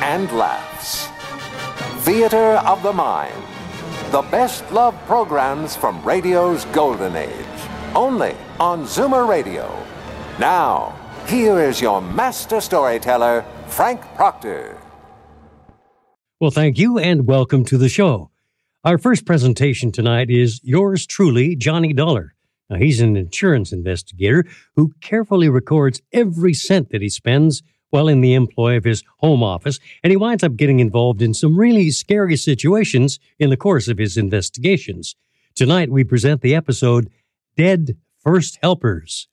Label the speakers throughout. Speaker 1: and laughs. Theater of the Mind. The best love programs from radio's golden age. Only on Zoomer Radio. Now, here is your master storyteller, Frank Proctor.
Speaker 2: Well, thank you and welcome to the show. Our first presentation tonight is yours truly, Johnny Dollar. Now, he's an insurance investigator who carefully records every cent that he spends while in the employ of his home office, and he winds up getting involved in some really scary situations in the course of his investigations. Tonight, we present the episode Dead First Helpers.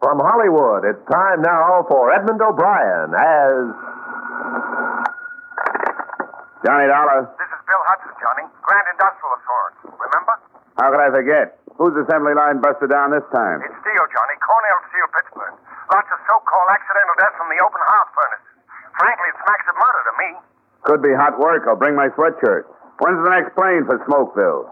Speaker 3: From Hollywood, it's time now for Edmund O'Brien as. Johnny Dollar.
Speaker 4: This is Bill Hudson, Johnny. Grand Industrial Assurance. Remember?
Speaker 3: How could I forget? Whose assembly line busted down this time?
Speaker 4: It's Steel, Johnny. Cornell Steel, Pittsburgh. Lots of so-called accidental deaths from the open hearth furnaces. Frankly, it smacks of murder to me.
Speaker 3: Could be hot work. I'll bring my sweatshirt. When's the next plane for Smokeville?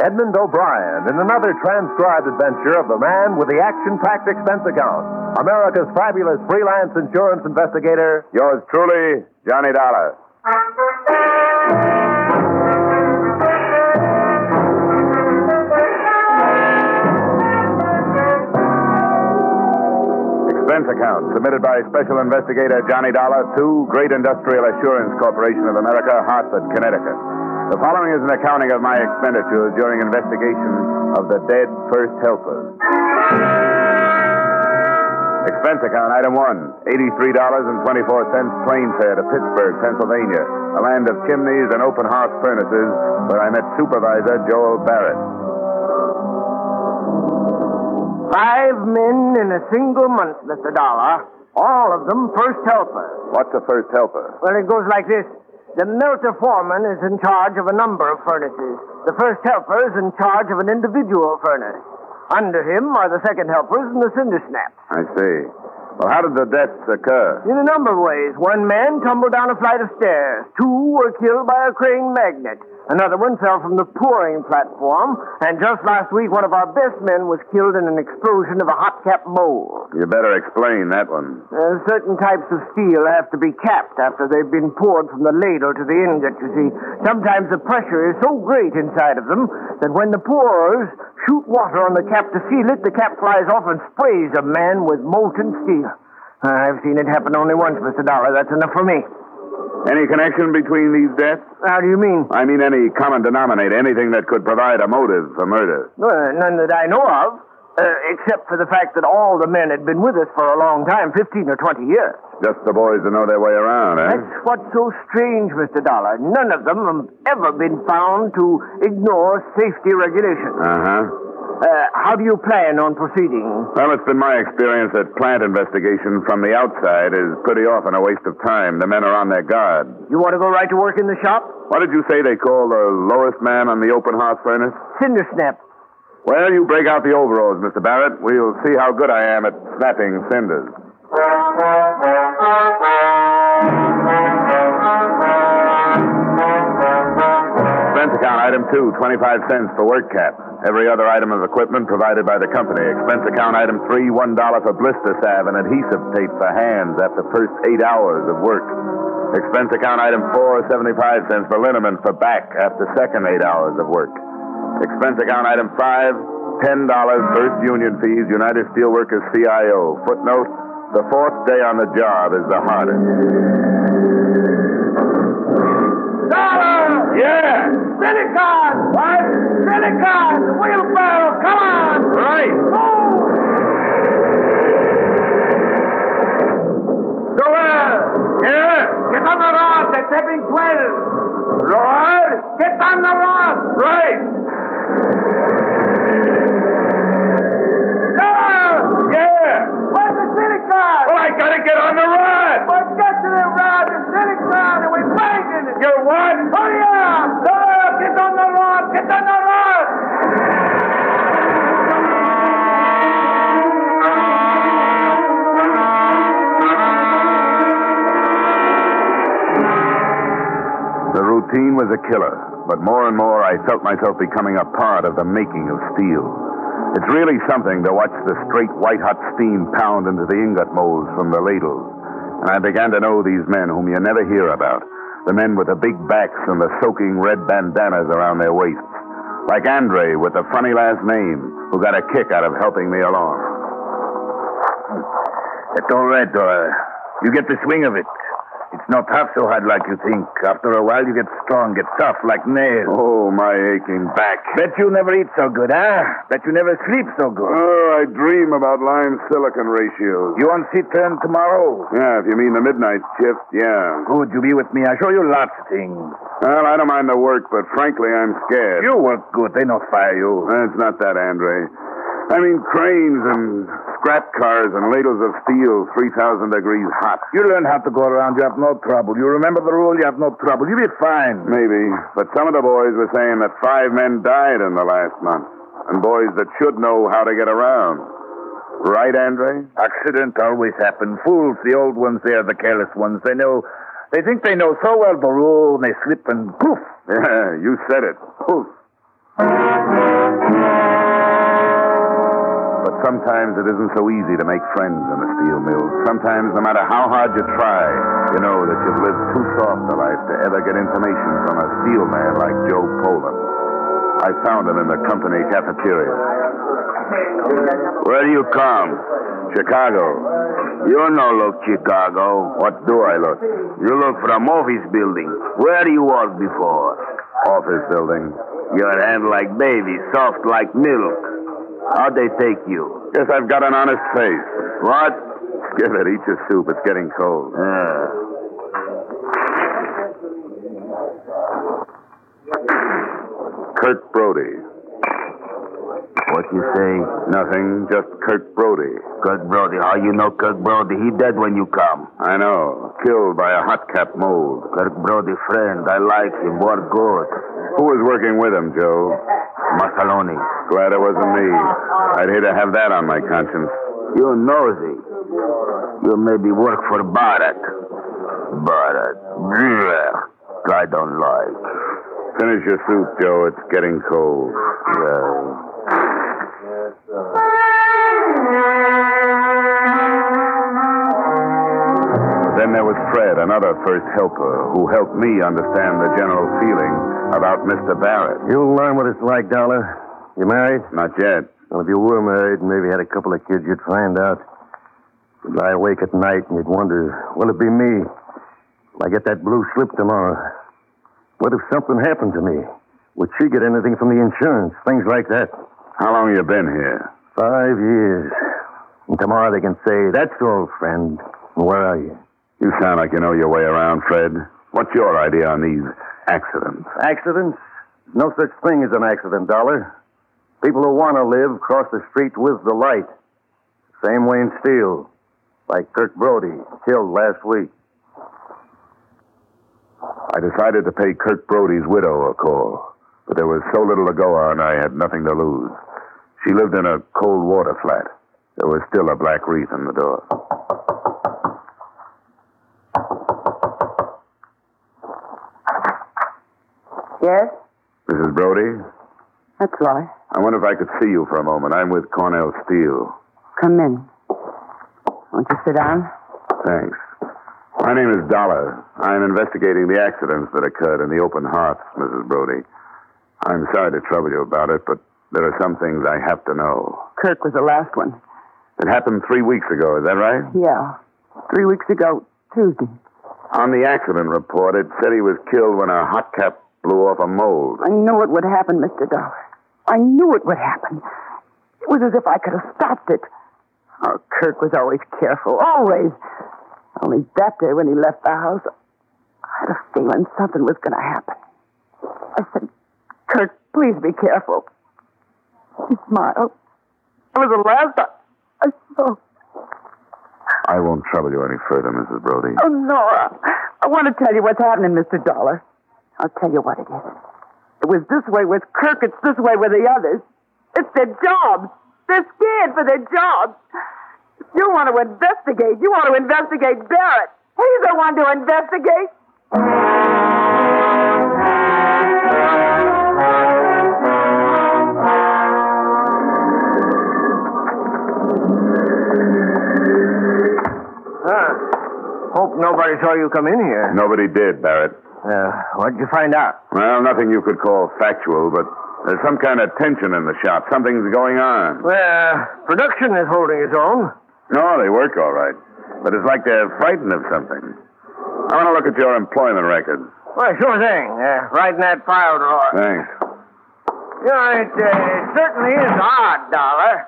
Speaker 3: Edmund O'Brien in another transcribed adventure of the man with the action-packed expense account. America's fabulous freelance insurance investigator. Yours truly, Johnny Dollar. Expense account submitted by Special Investigator Johnny Dollar to Great Industrial Assurance Corporation of America, Hartford, Connecticut. The following is an accounting of my expenditures during investigation of the dead first helpers. Expense account item one $83.24 plane fare to Pittsburgh, Pennsylvania, the land of chimneys and open house furnaces, where I met Supervisor Joel Barrett.
Speaker 5: Five men in a single month, Mr. Dollar. All of them first helpers.
Speaker 3: What's a first helper?
Speaker 5: Well, it goes like this. The melter foreman is in charge of a number of furnaces. The first helper is in charge of an individual furnace. Under him are the second helpers and the cinder snaps.
Speaker 3: I see. Well, how did the deaths occur?
Speaker 5: In a number of ways. One man tumbled down a flight of stairs. Two were killed by a crane magnet. Another one fell from the pouring platform. And just last week, one of our best men was killed in an explosion of a hot cap mold.
Speaker 3: You better explain that one.
Speaker 5: Uh, certain types of steel have to be capped after they've been poured from the ladle to the ingot, you see. Sometimes the pressure is so great inside of them that when the pourers shoot water on the cap to seal it, the cap flies off and sprays a man with molten steel. Ah, I've seen it happen only once, Mr. Dollar. That's enough for me.
Speaker 3: Any connection between these deaths?
Speaker 5: How do you mean?
Speaker 3: I mean, any common denominator, anything that could provide a motive for murder.
Speaker 5: Well, none that I know of, uh, except for the fact that all the men had been with us for a long time 15 or 20 years.
Speaker 3: Just the boys to know their way around, eh?
Speaker 5: That's what's so strange, Mr. Dollar. None of them have ever been found to ignore safety regulations.
Speaker 3: Uh huh.
Speaker 5: Uh, how do you plan on proceeding?
Speaker 3: Well, it's been my experience that plant investigation from the outside is pretty often a waste of time. The men are on their guard.
Speaker 5: You want to go right to work in the shop?
Speaker 3: What did you say they call the lowest man on the open hearth furnace?
Speaker 5: Cinder snap.
Speaker 3: Well, you break out the overalls, Mr. Barrett. We'll see how good I am at snapping cinders. Expense account item two, 25 cents for work cap. Every other item of equipment provided by the company. Expense account item three, $1 for blister salve and adhesive tape for hands after first eight hours of work. Expense account item four, 75 cents for liniment for back after second eight hours of work. Expense account item five, $10 first union fees, United Steelworkers CIO. Footnote, the fourth day on the job is the hardest.
Speaker 5: Dollar!
Speaker 3: Yeah!
Speaker 5: Silicon! What? Silicon! Wheelbarrow! Come on!
Speaker 3: Right! Yeah!
Speaker 5: Get on the rod! That's having 12! Lord! Get on the rod!
Speaker 3: Right! was a killer, but more and more I felt myself becoming a part of the making of steel. It's really something to watch the straight white hot steam pound into the ingot molds from the ladles. And I began to know these men whom you never hear about the men with the big backs and the soaking red bandanas around their waists. Like Andre with the funny last name, who got a kick out of helping me along.
Speaker 6: That's all right, Dora. You get the swing of it. It's not half so hard like you think. After a while, you get strong, get tough like nails.
Speaker 3: Oh, my aching back.
Speaker 6: Bet you never eat so good, huh? Bet you never sleep so good.
Speaker 3: Oh, I dream about lime silicon ratios.
Speaker 6: You on sit turn tomorrow?
Speaker 3: Yeah, if you mean the midnight shift, yeah.
Speaker 6: Good, you be with me. I show you lots of things.
Speaker 3: Well, I don't mind the work, but frankly, I'm scared.
Speaker 6: You work good. They not fire you.
Speaker 3: Uh, It's not that, Andre. I mean cranes and scrap cars and ladles of steel, 3,000 degrees hot.
Speaker 6: You learn how to go around. You have no trouble. You remember the rule. You have no trouble. You be fine.
Speaker 3: Maybe, but some of the boys were saying that five men died in the last month, and boys that should know how to get around. Right, Andre?
Speaker 6: Accident always happen. Fools, the old ones there, the careless ones. They know, they think they know so well the rule, and they slip and poof. Oh,
Speaker 3: Yeah, you said it. Poof. But sometimes it isn't so easy to make friends in a steel mill. Sometimes, no matter how hard you try, you know that you've lived too soft a life to ever get information from a steel man like Joe Poland. I found him in the company cafeteria. Where do you come? Chicago. You no look Chicago. What do I look? You look from office building. Where you was before? Office building. Your hand like baby, soft like milk. How'd they take you? Guess I've got an honest face. What? Skip it. Eat your soup. It's getting cold. Kurt Brody. What you say? Nothing, just Kurt Brody. Kurt Brody. How you know Kurt Brody? He dead when you come. I know. Killed by a hot cap mold. Kurt Brody, friend. I like him. What good. Who was working with him, Joe? Masaloni. Glad it wasn't me. I'd hate to have that on my conscience. You nosy. You maybe work for Barak. Barak. I don't like. Finish your soup, Joe. It's getting cold. Yeah. Then there was Fred, another first helper, who helped me understand the general feeling about Mr. Barrett.
Speaker 7: You'll learn what it's like, Dollar. You married?
Speaker 3: Not yet.
Speaker 7: Well, if you were married and maybe had a couple of kids, you'd find out. You'd lie awake at night and you'd wonder, will it be me? Will I get that blue slip tomorrow? What if something happened to me? Would she get anything from the insurance? Things like that.
Speaker 3: How long you been here?
Speaker 7: Five years. And tomorrow they can say, that's all, friend. Where are you?
Speaker 3: You sound like you know your way around, Fred. What's your idea on these accidents?
Speaker 7: Accidents? No such thing as an accident, Dollar. People who want to live cross the street with the light. Same way in steel. Like Kirk Brody, killed last week.
Speaker 3: I decided to pay Kirk Brody's widow a call, but there was so little to go on, I had nothing to lose. She lived in a cold water flat. There was still a black wreath on the door.
Speaker 8: Yes,
Speaker 3: Mrs. Brody,
Speaker 8: that's Lori.
Speaker 3: I wonder if I could see you for a moment. I'm with Cornell Steele.
Speaker 8: Come in. Won't you sit down?
Speaker 3: Thanks. My name is Dollar. I'm investigating the accidents that occurred in the open hearths, Mrs. Brody. I'm sorry to trouble you about it, but there are some things I have to know.
Speaker 8: Kirk was the last one.
Speaker 3: It happened three weeks ago, is that right?
Speaker 8: Yeah. Three weeks ago, Tuesday.
Speaker 3: On the accident report, it said he was killed when a hot cap blew off a mold.
Speaker 8: I knew it would happen, Mr. Dollar. I knew it would happen. It was as if I could have stopped it. Oh, Kirk was always careful, always. Only that day when he left the house, I had a feeling something was going to happen. I said, Kirk, please be careful. He smiled. It was the last I, I saw.
Speaker 3: I won't trouble you any further, Mrs. Brody.
Speaker 8: Oh, Nora, I want to tell you what's happening, Mr. Dollar. I'll tell you what it is. It was this way with Kirk, it's this way with the others. It's their jobs. They're scared for their jobs. If You want to investigate. You want to investigate Barrett. He's the one to investigate.
Speaker 5: nobody saw you come in here.
Speaker 3: Nobody did, Barrett.
Speaker 5: Uh, what'd you find out?
Speaker 3: Well, nothing you could call factual, but there's some kind of tension in the shop. Something's going on.
Speaker 5: Well, production is holding its own.
Speaker 3: No, they work all right, but it's like they're frightened of something. I want to look at your employment record.
Speaker 5: Well, sure thing. Uh, right in that file drawer.
Speaker 3: Thanks.
Speaker 5: You know, it, uh, it certainly is odd, Dollar.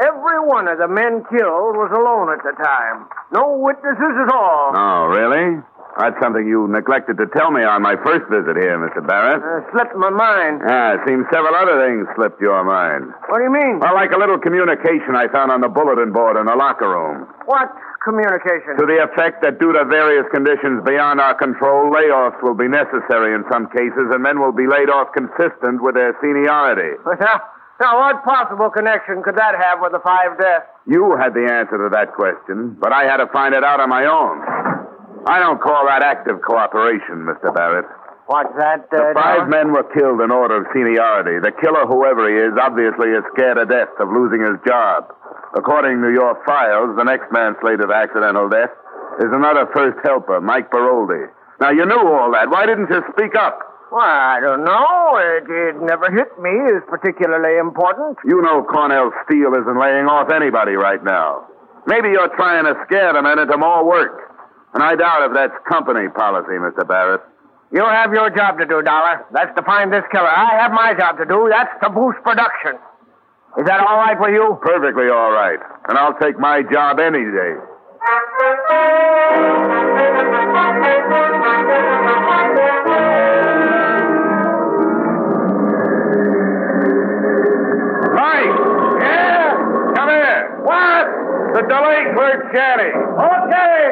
Speaker 5: Every one of the men killed was alone at the time. No witnesses at all.
Speaker 3: Oh, really? That's something you neglected to tell me on my first visit here, Mr. Barrett.
Speaker 5: Uh, slipped my mind.
Speaker 3: Yeah, it seems several other things slipped your mind.
Speaker 5: What do you mean?
Speaker 3: Well, like a little communication I found on the bulletin board in the locker room.
Speaker 5: What communication?
Speaker 3: To the effect that due to various conditions beyond our control, layoffs will be necessary in some cases, and men will be laid off consistent with their seniority.
Speaker 5: But now, now, what possible connection could that have with the five deaths?
Speaker 3: You had the answer to that question, but I had to find it out on my own. I don't call that active cooperation, Mr. Barrett.
Speaker 5: What's that,
Speaker 3: The
Speaker 5: uh,
Speaker 3: five
Speaker 5: Dollar?
Speaker 3: men were killed in order of seniority. The killer, whoever he is, obviously is scared to death of losing his job. According to your files, the next man slated for accidental death is another first helper, Mike Baroldi. Now, you knew all that. Why didn't you speak up?
Speaker 5: Well, I don't know. It, it never hit me as particularly important.
Speaker 3: You know Cornell Steele isn't laying off anybody right now. Maybe you're trying to scare the men into more work. And I doubt if that's company policy, Mr. Barrett.
Speaker 5: You have your job to do, Dollar. That's to find this killer. I have my job to do. That's to boost production. Is that all right with you?
Speaker 3: Perfectly all right. And I'll take my job any day. Mike! Yeah? Come here. What? The delinquent Jenny. Okay.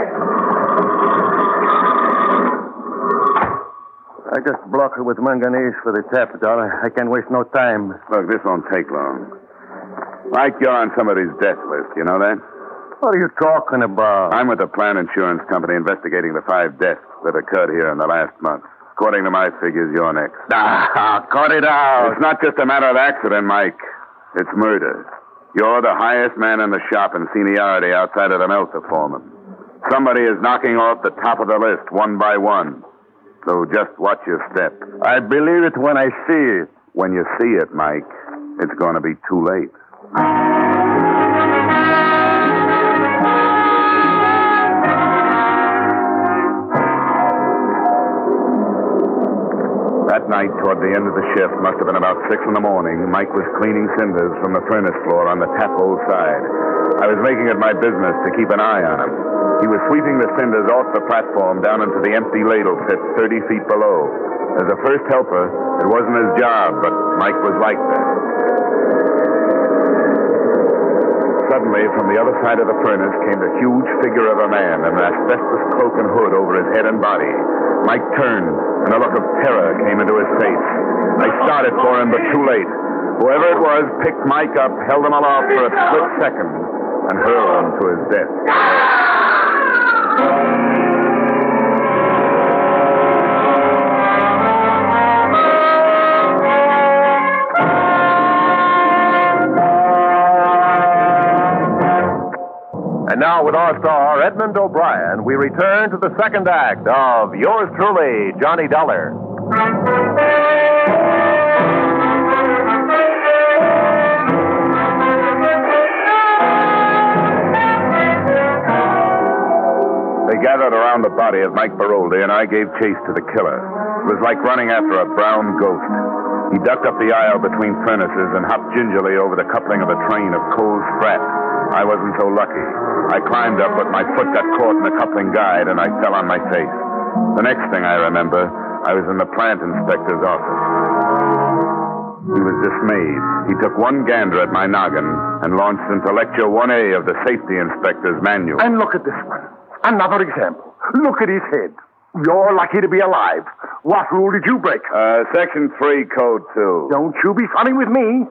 Speaker 7: I just block her with manganese for the tap, Dollar. I can't waste no time.
Speaker 3: Look, this won't take long. Mike, you're on somebody's death list. You know that?
Speaker 7: What are you talking about?
Speaker 3: I'm with the Plan Insurance Company investigating the five deaths that occurred here in the last month. According to my figures, you're next.
Speaker 6: Ah, cut it out.
Speaker 3: It's not just a matter of accident, Mike. It's murder. You're the highest man in the shop in seniority outside of the Meltzer foreman. Somebody is knocking off the top of the list one by one. So just watch your step.
Speaker 7: I believe it when I see it.
Speaker 3: When you see it, Mike, it's going to be too late. That night, toward the end of the shift, must have been about six in the morning, Mike was cleaning cinders from the furnace floor on the tap hole side. I was making it my business to keep an eye on him. He was sweeping the cinders off the platform down into the empty ladle pit 30 feet below. As a first helper, it wasn't his job, but Mike was like that. Suddenly, from the other side of the furnace came the huge figure of a man in an asbestos cloak and hood over his head and body. Mike turned, and a look of terror came into his face. I started for him, but too late. Whoever it was picked Mike up, held him aloft for a split second, and hurled him to his death.
Speaker 9: And now, with our star, Edmund O'Brien, we return to the second act of Yours Truly, Johnny Dollar.
Speaker 3: They gathered around the body of Mike Baroldi, and I gave chase to the killer. It was like running after a brown ghost. He ducked up the aisle between furnaces and hopped gingerly over the coupling of a train of coal scrap. I wasn't so lucky. I climbed up, but my foot got caught in the coupling guide, and I fell on my face. The next thing I remember, I was in the plant inspector's office. He was dismayed. He took one gander at my noggin and launched into Lecture 1A of the Safety Inspector's Manual.
Speaker 9: And look at this one. Another example. Look at his head. You're lucky to be alive. What rule did you break?
Speaker 3: Uh, Section 3, Code 2.
Speaker 9: Don't you be funny with me.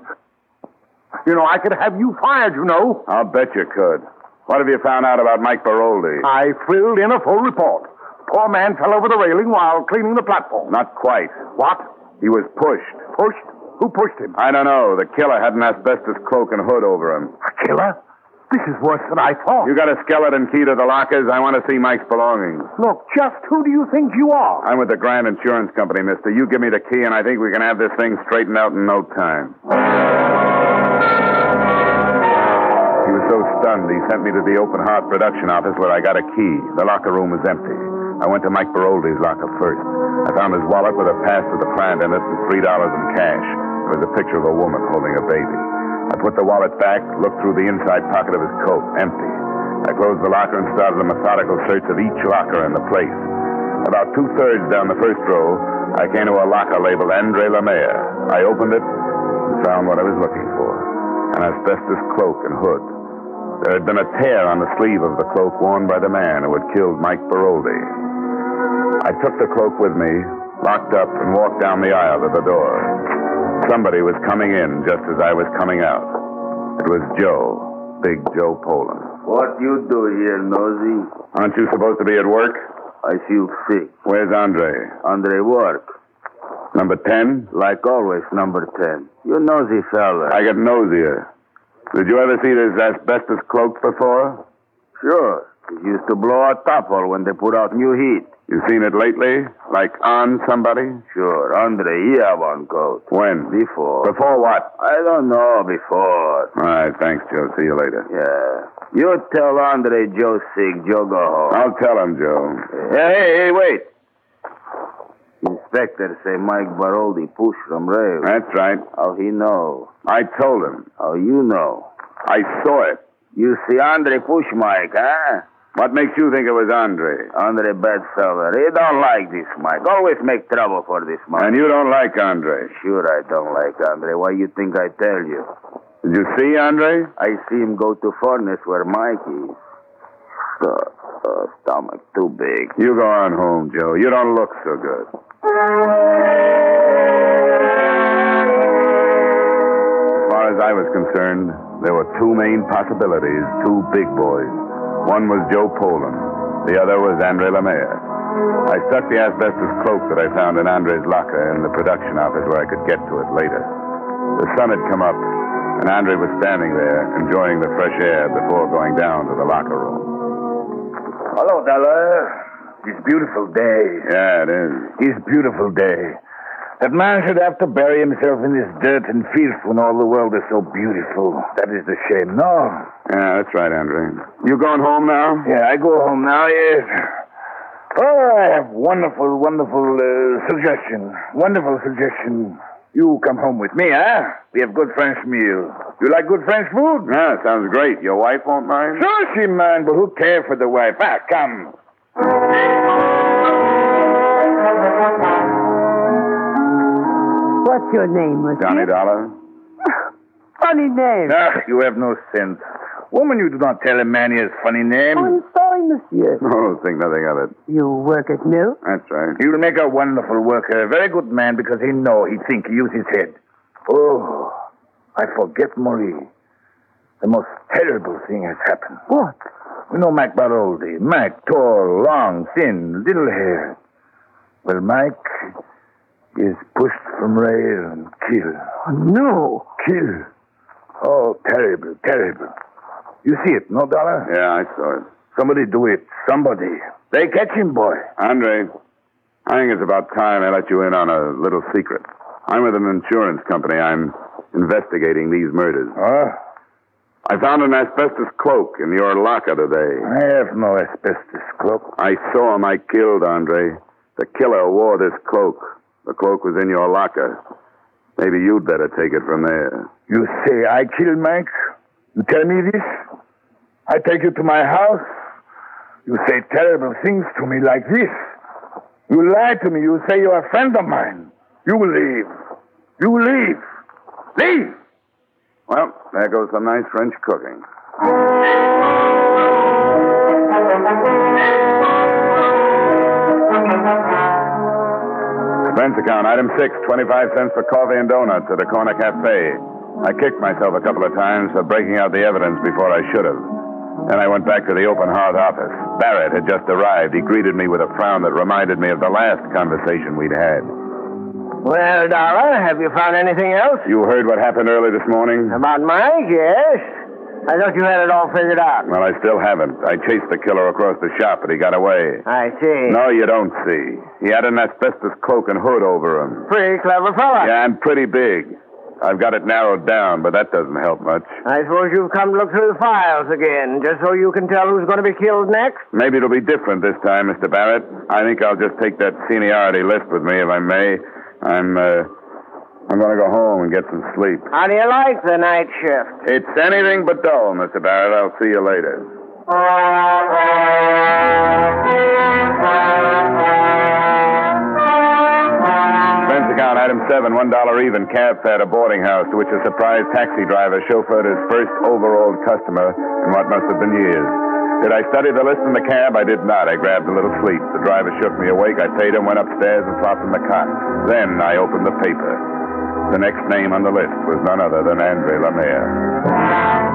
Speaker 9: You know, I could have you fired, you know.
Speaker 3: I'll bet you could. What have you found out about Mike Baroldi?
Speaker 9: I filled in a full report. Poor man fell over the railing while cleaning the platform.
Speaker 3: Not quite.
Speaker 9: What?
Speaker 3: He was pushed.
Speaker 9: Pushed? Who pushed him?
Speaker 3: I don't know. The killer had an asbestos cloak and hood over him.
Speaker 9: A killer? Oh.
Speaker 10: This is worse than I thought.
Speaker 3: You got a skeleton key to the lockers? I want to see Mike's belongings.
Speaker 10: Look, just who do you think you are?
Speaker 3: I'm with the Grand Insurance Company, mister. You give me the key, and I think we can have this thing straightened out in no time. He was so stunned, he sent me to the open heart production office where I got a key. The locker room was empty. I went to Mike Baroldi's locker first. I found his wallet with a pass to the plant in it and $3 in cash. It was a picture of a woman holding a baby. I put the wallet back, looked through the inside pocket of his coat, empty. I closed the locker and started a methodical search of each locker in the place. About two thirds down the first row, I came to a locker labeled Andre Lemaire. I opened it and found what I was looking for an asbestos cloak and hood. There had been a tear on the sleeve of the cloak worn by the man who had killed Mike Baroldi. I took the cloak with me, locked up, and walked down the aisle to the door. Somebody was coming in just as I was coming out. It was Joe, Big Joe Poland.
Speaker 11: What you do here, Nosy?
Speaker 3: Aren't you supposed to be at work?
Speaker 11: I feel sick.
Speaker 3: Where's Andre?
Speaker 11: Andre work.
Speaker 3: Number 10?
Speaker 11: Like always, number 10. You nosy fella.
Speaker 3: I get nosier. Did you ever see this asbestos cloak before?
Speaker 11: Sure. It used to blow out topple when they put out new heat.
Speaker 3: You seen it lately? Like on somebody?
Speaker 11: Sure. Andre, he have on coat.
Speaker 3: When?
Speaker 11: Before.
Speaker 3: Before what?
Speaker 11: I don't know, before.
Speaker 3: All right, thanks, Joe. See you later.
Speaker 11: Yeah. You tell Andre Joe sick, Joe go home.
Speaker 3: I'll tell him, Joe.
Speaker 11: Hey, hey, hey, wait. Inspector say Mike Baroldi pushed from rail.
Speaker 3: That's right.
Speaker 11: How he know?
Speaker 3: I told him.
Speaker 11: How you know?
Speaker 3: I saw it.
Speaker 11: You see Andre push Mike, huh?
Speaker 3: What makes you think it was Andre?
Speaker 11: Andre bad fella. He don't like this Mike. Always make trouble for this Mike.
Speaker 3: And you don't like Andre?
Speaker 11: Sure I don't like Andre. Why you think I tell you?
Speaker 3: Did you see Andre?
Speaker 11: I see him go to furnace where Mike is. St- uh, stomach too big.
Speaker 3: You go on home, Joe. You don't look so good. As far as I was concerned, there were two main possibilities, two big boys. One was Joe Poland. The other was Andre Lemaire. I stuck the asbestos cloak that I found in Andre's locker in the production office where I could get to it later. The sun had come up, and Andre was standing there enjoying the fresh air before going down to the locker room.
Speaker 12: Hello,
Speaker 6: Uh,
Speaker 12: Dollar. This beautiful day.
Speaker 3: Yeah, it is.
Speaker 12: This beautiful day. That man should have to bury himself in this dirt and filth when all the world is so beautiful. That is the shame. No.
Speaker 3: Yeah, that's right, Andre. You going home now?
Speaker 12: Yeah, I go home now, yes. Oh, I have wonderful, wonderful uh, suggestion. Wonderful suggestion. You come home with me, eh? We have good French meal. You like good French food?
Speaker 3: Yeah, sounds great. Your wife won't mind?
Speaker 12: Sure she mind, but who cares for the wife? Ah, come.
Speaker 13: What's your name, Monsieur?
Speaker 3: Johnny Dollar.
Speaker 13: funny name.
Speaker 12: Ah, you have no sense. Woman, you do not tell a man his funny name.
Speaker 13: I'm sorry, Monsieur.
Speaker 3: Oh, think nothing of it.
Speaker 13: You work at mill?
Speaker 3: That's right.
Speaker 12: He will make a wonderful worker, a very good man, because he know, he think, he use his head. Oh, I forget Marie. The most terrible thing has happened.
Speaker 13: What?
Speaker 12: You know Mike Baroldi. Mike, tall, long, thin, little hair. Well, Mike is pushed from rail and killed.
Speaker 13: Oh, no.
Speaker 12: Killed. Oh, terrible, terrible. You see it, no, Dollar?
Speaker 3: Yeah, I saw it.
Speaker 12: Somebody do it. Somebody. They catch him, boy.
Speaker 3: Andre, I think it's about time I let you in on a little secret. I'm with an insurance company. I'm investigating these murders.
Speaker 12: Huh?
Speaker 3: I found an asbestos cloak in your locker today.
Speaker 12: I have no asbestos cloak.
Speaker 3: I saw him I killed, Andre. The killer wore this cloak. The cloak was in your locker. Maybe you'd better take it from there.
Speaker 12: You say I killed Mike? You tell me this? I take you to my house. You say terrible things to me like this. You lie to me. You say you're a friend of mine. You leave. You leave. Leave!
Speaker 3: Well, there goes some nice French cooking. Expense account, item six, 25 cents for coffee and donuts at a corner cafe. I kicked myself a couple of times for breaking out the evidence before I should have. Then I went back to the open heart office. Barrett had just arrived. He greeted me with a frown that reminded me of the last conversation we'd had.
Speaker 14: Well, Dollar, have you found anything else?
Speaker 3: You heard what happened early this morning?
Speaker 14: About Mike, yes.
Speaker 5: I thought you had it all figured out.
Speaker 3: Well, I still haven't. I chased the killer across the shop, but he got away.
Speaker 5: I see.
Speaker 3: No, you don't see. He had an asbestos cloak and hood over him.
Speaker 5: Pretty clever fella.
Speaker 3: Yeah, and pretty big. I've got it narrowed down, but that doesn't help much.
Speaker 5: I suppose you've come to look through the files again, just so you can tell who's going to be killed next?
Speaker 3: Maybe it'll be different this time, Mr. Barrett. I think I'll just take that seniority list with me, if I may. I'm, uh, I'm going to go home and get some sleep.
Speaker 5: How do you like the night shift?
Speaker 3: It's anything but dull, Mr. Barrett. I'll see you later. Expense account item seven, one dollar even cab fare to boarding house to which a surprised taxi driver chauffeured his first overall customer in what must have been years. Did I study the list in the cab? I did not. I grabbed a little sleep. The driver shook me awake. I paid him, went upstairs, and flopped in the cot. Then I opened the paper. The next name on the list was none other than Andre Lemaire.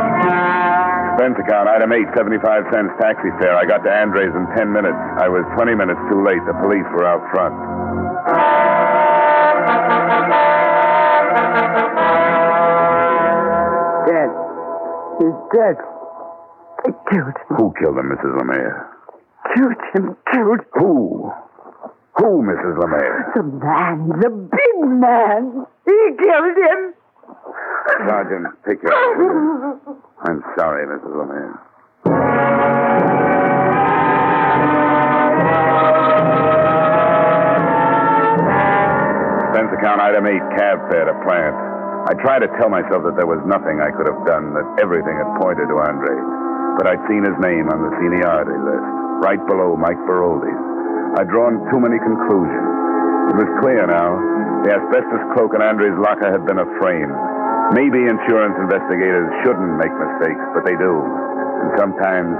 Speaker 3: Expense account, item 8, 75 cents taxi fare. I got to Andre's in 10 minutes. I was 20 minutes too late. The police were out front.
Speaker 13: Dead. He's dead. They killed him.
Speaker 3: Who killed him, Mrs. Lemaire?
Speaker 13: Killed him. Killed.
Speaker 3: Who? Who, Mrs. Lemaire?
Speaker 13: The man. The big man. He killed him.
Speaker 3: Sergeant Pickett. I'm sorry, Mrs. Lemaire. Expense account item 8, cab fare to plant. I tried to tell myself that there was nothing I could have done, that everything had pointed to Andre. But I'd seen his name on the seniority list, right below Mike Baroldi's. I'd drawn too many conclusions. It was clear now. The asbestos cloak in Andre's locker had been a frame. Maybe insurance investigators shouldn't make mistakes, but they do. And sometimes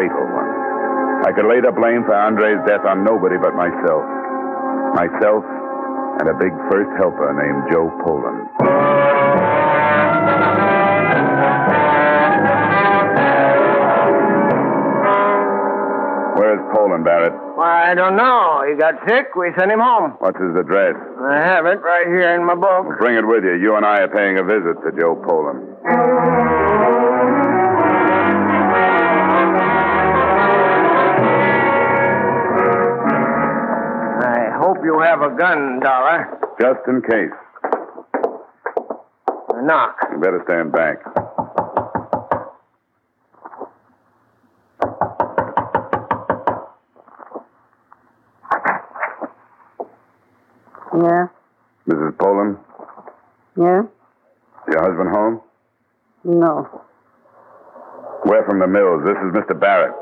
Speaker 3: fatal ones. I could lay the blame for Andre's death on nobody but myself. Myself and a big first helper named Joe Poland. Where's Poland, Barrett?
Speaker 5: Why, I don't know. He got sick. We sent him home.
Speaker 3: What's his address?
Speaker 5: I have it right here in my book.
Speaker 3: Well, Bring it with you. You and I are paying a visit to Joe Poland.
Speaker 5: I hope you have a gun, Dollar.
Speaker 3: Just in case.
Speaker 5: Knock.
Speaker 3: You better stand back.
Speaker 13: Yeah,
Speaker 3: Mrs. Poland,
Speaker 13: yeah.
Speaker 3: your husband home?
Speaker 13: No.
Speaker 3: We're from the mills. This is Mr. Barrett.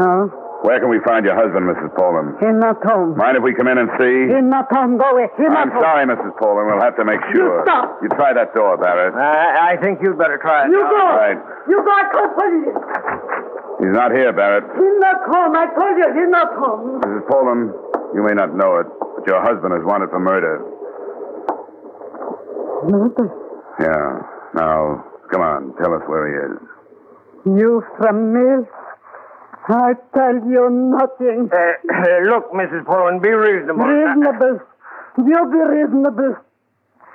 Speaker 13: No.
Speaker 3: Where can we find your husband, Mrs. Poland?
Speaker 13: He's Um, not home.
Speaker 3: Mind if we come in and see?
Speaker 13: He's not home. Go away. He's
Speaker 3: I'm
Speaker 13: not home.
Speaker 3: sorry, Mrs. Poland. We'll have to make sure.
Speaker 13: stop.
Speaker 3: You try that door, Barrett.
Speaker 5: I, I think you'd better try it.
Speaker 13: You go.
Speaker 5: Dollar.
Speaker 3: All right.
Speaker 13: You go. I call police.
Speaker 3: He's not here, Barrett.
Speaker 13: He's not home. I told you he's not home.
Speaker 3: Mrs. Poland, you may not know it, but your husband is wanted for murder.
Speaker 13: Murder.
Speaker 3: Yeah. Now, come on. Tell us where he is.
Speaker 13: You from me? I tell you nothing.
Speaker 5: Uh, look, Mrs. Poland, be reasonable.
Speaker 13: Reasonable. You be reasonable.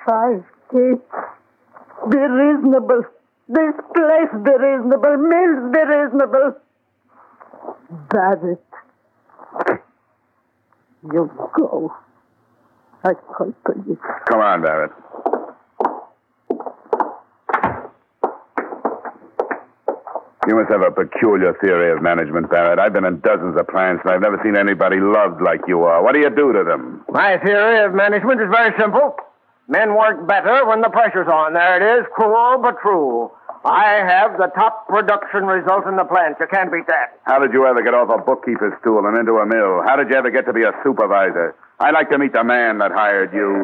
Speaker 13: Five, eight. Be reasonable. This place be reasonable. Mills be reasonable. Babbitt. You go. I call police.
Speaker 3: Come on, Barrett. You must have a peculiar theory of management, Barrett. I've been in dozens of plants, and I've never seen anybody loved like you are. What do you do to them?
Speaker 5: My theory of management is very simple. Men work better when the pressure's on. There it is, cruel but true. I have the top production result in the plant. You can't beat that.
Speaker 3: How did you ever get off a bookkeeper's stool and into a mill? How did you ever get to be a supervisor? I'd like to meet the man that hired you.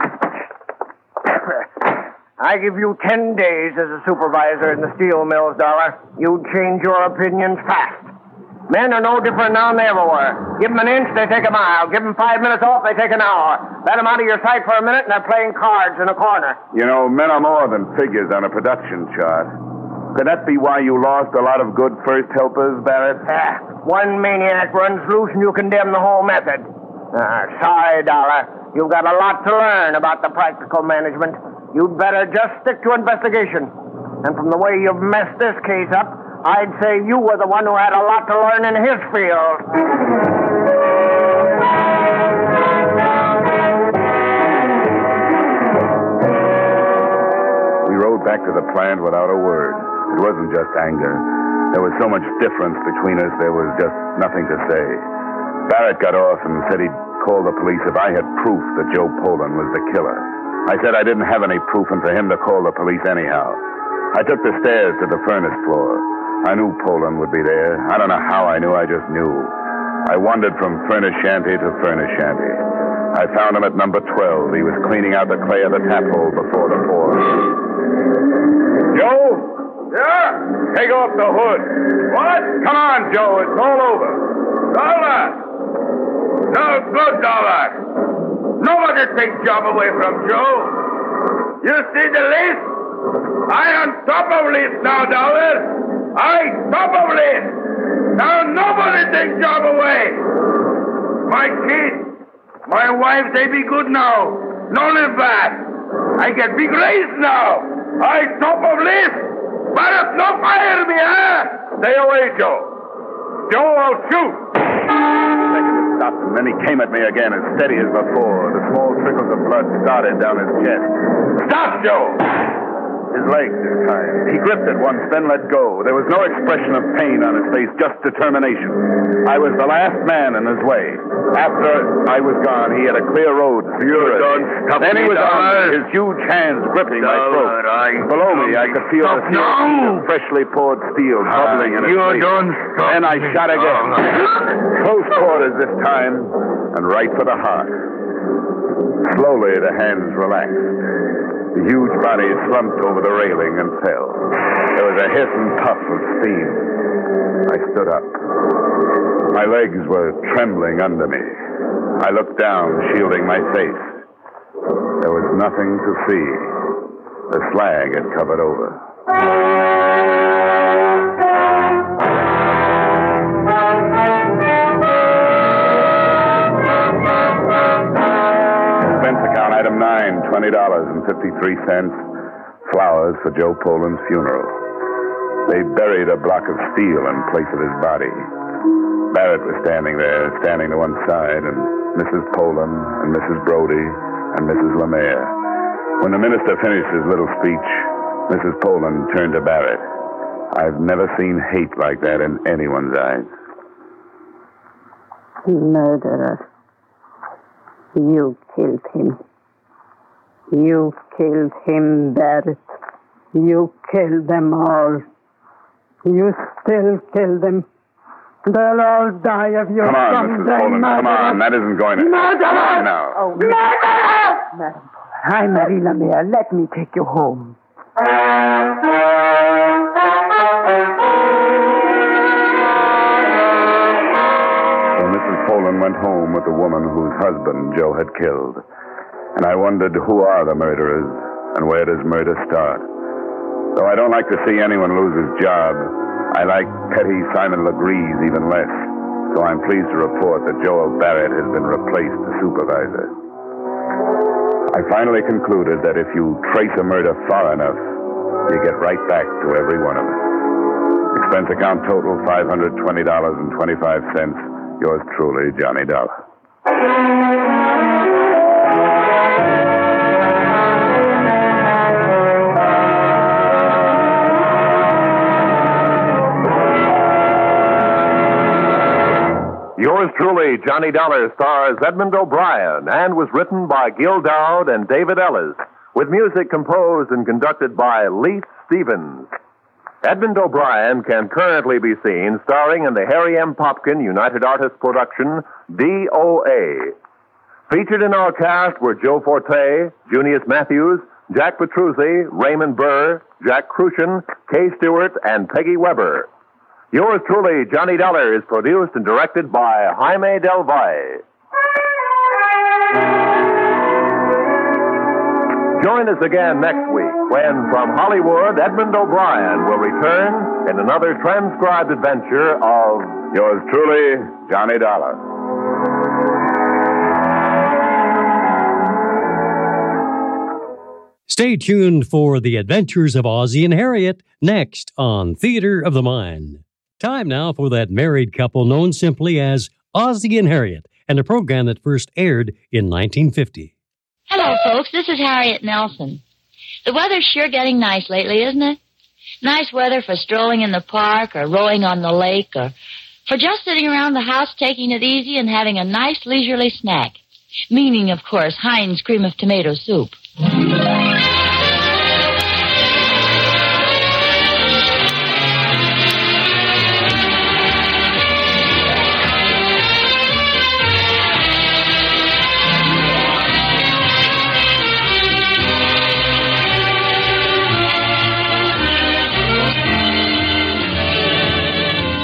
Speaker 5: I give you ten days as a supervisor in the steel mills, Dollar. You'd change your opinions fast. Men are no different now than they ever were. Give 'em an inch, they take a mile. Give 'em five minutes off, they take an hour. Let 'em out of your sight for a minute, and they're playing cards in a corner.
Speaker 3: You know, men are more than figures on a production chart. Could that be why you lost a lot of good first helpers, Barrett?
Speaker 5: Ah, one maniac runs loose, and you condemn the whole method. Ah, sorry, Dollar. You've got a lot to learn about the practical management.
Speaker 14: You'd better just stick to investigation. And from the way you've messed this case up, I'd say you were the one who had a lot to learn in his field.
Speaker 3: We rode back to the plant without a word. It wasn't just anger. There was so much difference between us, there was just nothing to say. Barrett got off and said he'd call the police if I had proof that Joe Poland was the killer. I said I didn't have any proof, and for him to call the police anyhow. I took the stairs to the furnace floor. I knew Poland would be there. I don't know how I knew, I just knew. I wandered from furnace shanty to furnace shanty. I found him at number 12. He was cleaning out the clay of the tap hole before the pour.
Speaker 6: Joe? Yeah? Take off the hood. What? Come on, Joe. It's all over. Dollar! No good, Dollar! Nobody take job away from Joe. You see the list? I on top of list now, Dollar. I top of list. Now nobody take job away. My kids, my wife, they be good now. None of that. I get big raise now. I top of list. But if no fire me, huh? Stay away, Joe. Joe, I'll shoot.
Speaker 3: stopped him. Then he came at me again as steady as before. The small trickles of blood started down his chest. Stop, Joe! His leg this time. He gripped it once, then let go. There was no expression of pain on his face, just determination. I was the last man in his way. After I was gone, he had a clear road. Fury.
Speaker 15: don't stop
Speaker 3: then
Speaker 15: me,
Speaker 3: he was on
Speaker 15: Dollar.
Speaker 3: me, his huge hands gripping my throat.
Speaker 15: Dollar, I-
Speaker 3: Below me, I could feel
Speaker 15: Stop Ah,
Speaker 3: the smell of freshly poured steel bubbling in his
Speaker 15: you
Speaker 3: face.
Speaker 15: don't stop
Speaker 3: Then I
Speaker 15: me,
Speaker 3: shot again.
Speaker 15: Dollar.
Speaker 3: Close quarters this time, and right for the heart. Slowly, the hands relaxed. The huge body slumped over the railing and fell. There was a hiss and puff of steam. I stood up. My legs were trembling under me. I looked down, shielding my face. There was nothing to see. The slag had covered over. Expense account item 9, $20.53. Flowers for Joe Poland's funeral. They buried a block of steel in place of his body. Barrett was standing there, standing to one side, and Mrs. Poland, and Mrs. Brody, and Mrs. Lemaire. When the minister finished his little speech, Mrs. Poland turned to Barrett. I've never seen hate like that in anyone's eyes.
Speaker 13: He murdered us. You killed him. You killed him, Barrett. You killed them all. You still kill them. They'll all die of your
Speaker 3: Come on,
Speaker 13: someday,
Speaker 3: Mrs. Poland, come
Speaker 13: murderer.
Speaker 3: on. That isn't going to...
Speaker 13: Murderer!
Speaker 3: No.
Speaker 13: Oh, Madam- Madam, hi, Marie Lemire. Let me take you home.
Speaker 3: So Mrs. Poland went home with the woman whose husband Joe had killed. And I wondered who are the murderers and where does murder start? Though I don't like to see anyone lose his job, I like petty Simon Legrees even less. So I'm pleased to report that Joel Barrett has been replaced as supervisor. I finally concluded that if you trace a murder far enough, you get right back to every one of us. Expense account total $520.25. Yours truly, Johnny Dollar.
Speaker 9: Yours truly, Johnny Dollar, stars Edmund O'Brien and was written by Gil Dowd and David Ellis, with music composed and conducted by Leith Stevens. Edmund O'Brien can currently be seen starring in the Harry M. Popkin United Artists production, DOA. Featured in our cast were Joe Forte, Junius Matthews, Jack Petruzzi, Raymond Burr, Jack Crucian, Kay Stewart, and Peggy Weber. Yours truly, Johnny Dollar, is produced and directed by Jaime Del Valle. Join us again next week when, from Hollywood, Edmund O'Brien will return in another transcribed adventure of
Speaker 3: Yours truly, Johnny Dollar.
Speaker 2: Stay tuned for the adventures of Ozzie and Harriet next on Theater of the Mind. Time now for that married couple known simply as Ozzie and Harriet, and a program that first aired in 1950.
Speaker 16: Hello, folks. This is Harriet Nelson. The weather's sure getting nice lately, isn't it? Nice weather for strolling in the park or rowing on the lake or for just sitting around the house taking it easy and having a nice leisurely snack. Meaning, of course, Heinz cream of tomato soup.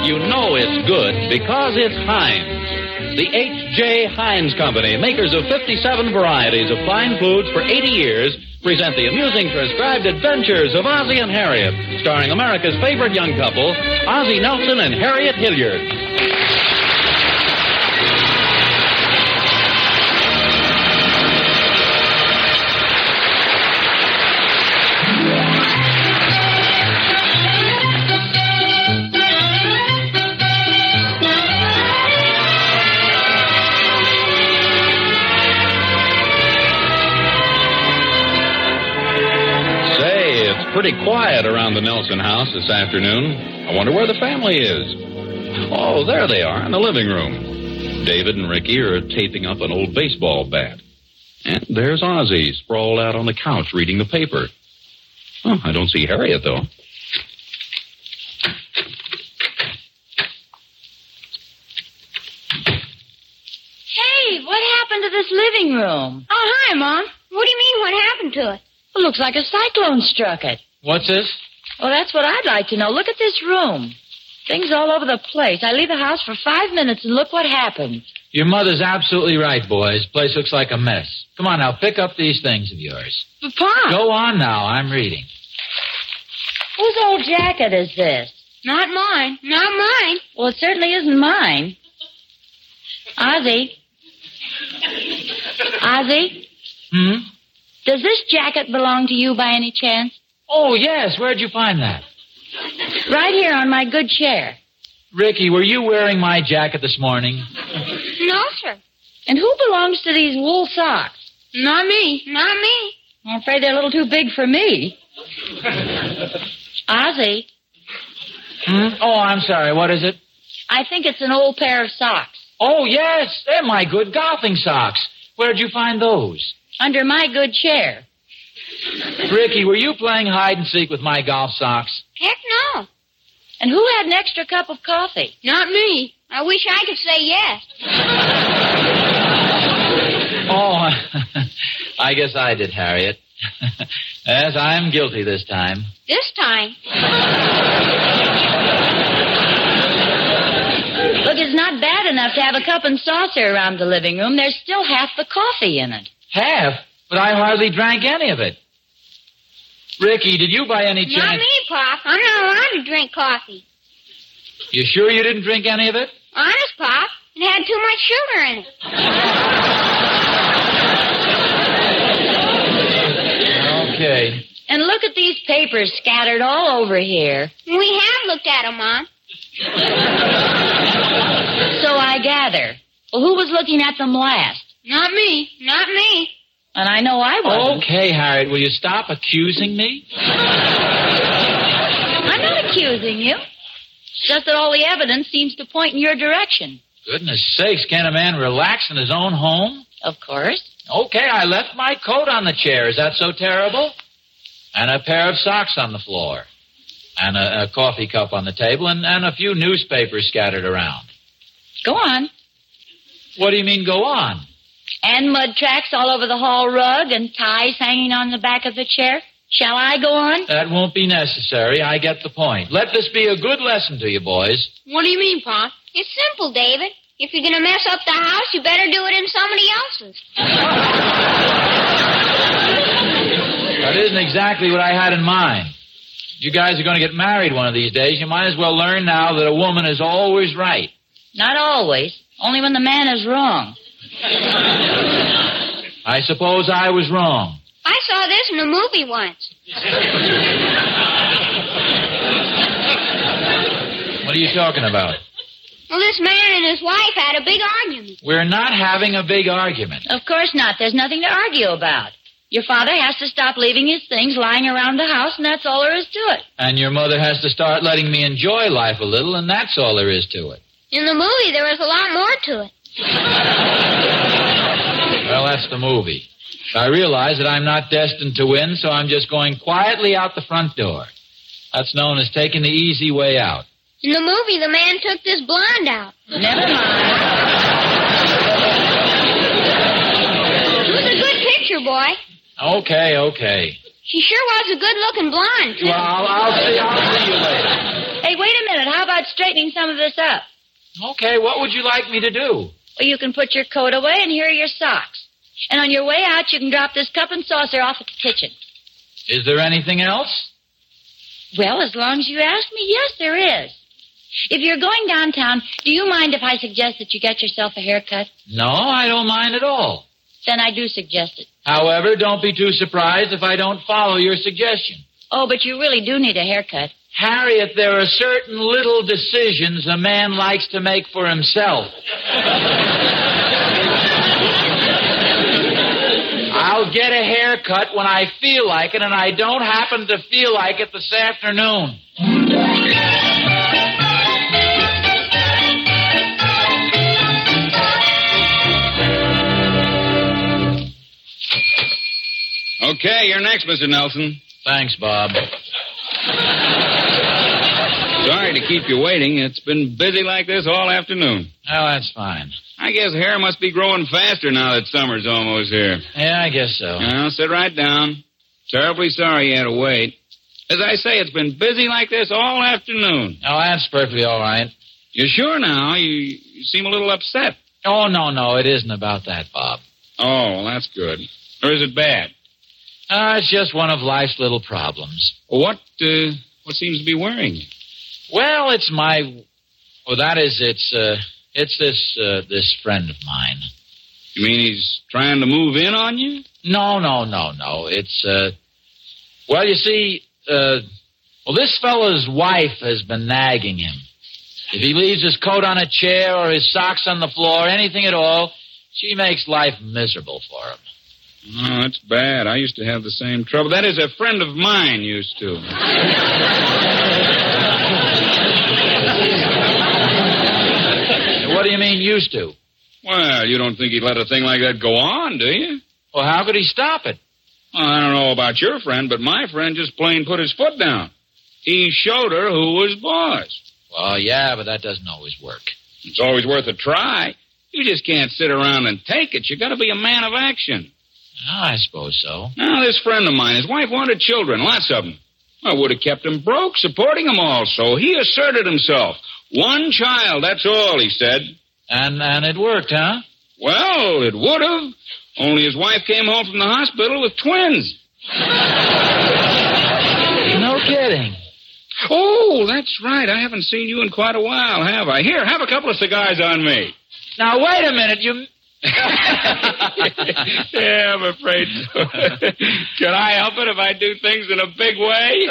Speaker 17: You know it's good because it's Heinz. The H.J. Heinz Company, makers of 57 varieties of fine foods for 80 years, present the amusing prescribed adventures of Ozzie and Harriet, starring America's favorite young couple, Ozzie Nelson and Harriet Hilliard. Say, it's pretty quiet around the Nelson house this afternoon. I wonder where the family is. Oh, there they are in the living room. David and Ricky are taping up an old baseball bat. And there's Ozzie sprawled out on the couch reading the paper. Oh, I don't see Harriet, though.
Speaker 16: Hey, what happened to this living room?
Speaker 18: Oh, hi, Mom. What do you mean, what happened to it?
Speaker 16: It looks like a cyclone struck it.
Speaker 19: What's this?
Speaker 16: Well, that's what I'd like to know. Look at this room. Things all over the place. I leave the house for five minutes and look what happens.
Speaker 19: Your mother's absolutely right, boys. Place looks like a mess. Come on now, pick up these things of yours.
Speaker 16: Papa,
Speaker 19: Go on now, I'm reading.
Speaker 16: whose old jacket is this?
Speaker 18: Not mine. Not mine.
Speaker 16: Well, it certainly isn't mine. Ozzy. Ozzy,
Speaker 19: Hmm?
Speaker 16: does this jacket belong to you by any chance?
Speaker 19: Oh, yes. Where'd you find that?
Speaker 16: Right here on my good chair.
Speaker 19: Ricky, were you wearing my jacket this morning?
Speaker 18: No, sir.
Speaker 16: And who belongs to these wool socks?
Speaker 18: Not me. Not me.
Speaker 16: I'm afraid they're a little too big for me. Ozzy,
Speaker 19: Hmm? Oh, I'm sorry. What is it?
Speaker 16: I think it's an old pair of socks.
Speaker 19: Oh, yes. They're my good golfing socks. Where'd you find those?
Speaker 16: Under my good chair.
Speaker 19: Ricky, were you playing hide and seek with my golf socks?
Speaker 18: Heck no.
Speaker 16: And who had an extra cup of coffee?
Speaker 18: Not me. I wish I could say yes.
Speaker 19: Oh, I guess I did, Harriet. yes, I'm guilty this time.
Speaker 18: This time.
Speaker 16: Look, it's not bad enough to have a cup and saucer around the living room. There's still half the coffee in it.
Speaker 19: Have, but I hardly drank any of it. Ricky, did you by any chance?
Speaker 18: Not me, Pop. I'm not allowed to drink coffee.
Speaker 19: You sure you didn't drink any of it?
Speaker 18: Honest, Pop. It had too much sugar in it.
Speaker 19: Okay.
Speaker 16: And look at these papers scattered all over here.
Speaker 18: We have looked at 'em, Mom.
Speaker 16: So I gather. Well, who was looking at them last?
Speaker 18: Not me. Not me.
Speaker 16: And I know I wasn't.
Speaker 19: Okay, Harriet, will you stop accusing me?
Speaker 16: I'm not accusing you. It's Just that all the evidence seems to point in your direction.
Speaker 19: Goodness sakes, can a man relax in his own home?
Speaker 16: Of course.
Speaker 19: Okay, I left my coat on the chair. Is that so terrible? And a pair of socks on the floor. And a, a coffee cup on the table, and, and a few newspapers scattered around.
Speaker 16: Go on.
Speaker 19: What do you mean, go on?
Speaker 16: And mud tracks all over the hall rug and ties hanging on the back of the chair. Shall I go on?
Speaker 19: That won't be necessary. I get the point. Let this be a good lesson to you, boys.
Speaker 18: What do you mean, Pop? It's simple, David. If you're gonna mess up the house, you better do it in somebody else's.
Speaker 19: That isn't exactly what I had in mind. You guys are going to get married one of these days. You might as well learn now that a woman is always right.
Speaker 16: Not always. Only when the man is wrong.
Speaker 19: I suppose I was wrong.
Speaker 18: I saw this in a movie once.
Speaker 19: What are you talking about?
Speaker 18: Well, this man and his wife had a big argument.
Speaker 19: We're not having a big argument.
Speaker 16: Of course not. There's nothing to argue about. Your father has to stop leaving his things lying around the house, and that's all there is to it.
Speaker 19: And your mother has to start letting me enjoy life a little, and that's all there is to it.
Speaker 18: In the movie, there was a lot more to it.
Speaker 19: Well, that's the movie. I realize that I'm not destined to win, so I'm just going quietly out the front door. That's known as taking the easy way out.
Speaker 18: In the movie, the man took this blonde out.
Speaker 16: Never mind.
Speaker 18: It was a good picture, boy.
Speaker 19: Okay, okay.
Speaker 18: She sure was a good-looking blonde, too.
Speaker 19: Well, I'll, I'll see. I'll see you later.
Speaker 16: Hey, wait a minute. How about straightening some of this up?
Speaker 19: Okay, what would you like me to do?
Speaker 16: Well, you can put your coat away, and here are your socks. And on your way out, you can drop this cup and saucer off at the kitchen.
Speaker 19: Is there anything else?
Speaker 16: Well, as long as you ask me, yes, there is. If you're going downtown, do you mind if I suggest that you get yourself a haircut?
Speaker 19: No, I don't mind at all.
Speaker 16: Then I do suggest it.
Speaker 19: However, don't be too surprised if I don't follow your suggestion.
Speaker 16: Oh, but you really do need a haircut.
Speaker 19: Harriet, there are certain little decisions a man likes to make for himself. I'll get a haircut when I feel like it, and I don't happen to feel like it this afternoon.
Speaker 17: Okay, you're next, Mr. Nelson.
Speaker 19: Thanks, Bob.
Speaker 17: Sorry to keep you waiting. It's been busy like this all afternoon.
Speaker 19: Oh, that's fine.
Speaker 17: I guess hair must be growing faster now that summer's almost here.
Speaker 19: Yeah, I guess so.
Speaker 17: Now, sit right down. Terribly sorry you had to wait. As I say, it's been busy like this all afternoon.
Speaker 19: Oh, that's perfectly all right.
Speaker 17: You sure now? You, you seem a little upset.
Speaker 19: Oh, no, no, it isn't about that, Bob.
Speaker 17: Oh, well, that's good. Or is it bad?
Speaker 19: Uh, it's just one of life's little problems.
Speaker 17: What, uh, what seems to be worrying you?
Speaker 19: Well, it's my. Well, that is, it's, uh, it's this, uh, this friend of mine.
Speaker 17: You mean he's trying to move in on you?
Speaker 19: No, no, no, no. It's, uh, well, you see, uh, well, this fellow's wife has been nagging him. If he leaves his coat on a chair or his socks on the floor, anything at all, she makes life miserable for him.
Speaker 17: Oh, that's bad. I used to have the same trouble. That is, a friend of mine used to.
Speaker 19: What do you mean used to?
Speaker 17: Well, you don't think he'd let a thing like that go on, do you?
Speaker 19: Well, how could he stop it?
Speaker 17: Well, I don't know about your friend, but my friend just plain put his foot down. He showed her who was boss.
Speaker 19: Well, yeah, but that doesn't always work.
Speaker 17: It's always worth a try. You just can't sit around and take it. You gotta be a man of action.
Speaker 19: Ah, I suppose so.
Speaker 17: Now, this friend of mine, his wife wanted children, lots of them. I would have kept him broke, supporting him all, so he asserted himself. One child, that's all, he said.
Speaker 19: And and it worked, huh?
Speaker 17: Well, it would have, only his wife came home from the hospital with twins.
Speaker 19: No kidding.
Speaker 17: Oh, that's right. I haven't seen you in quite a while, have I? Here, have a couple of cigars on me.
Speaker 19: Now wait a minute, you.
Speaker 17: yeah, I'm afraid so. Can I help it if I do things in a big way?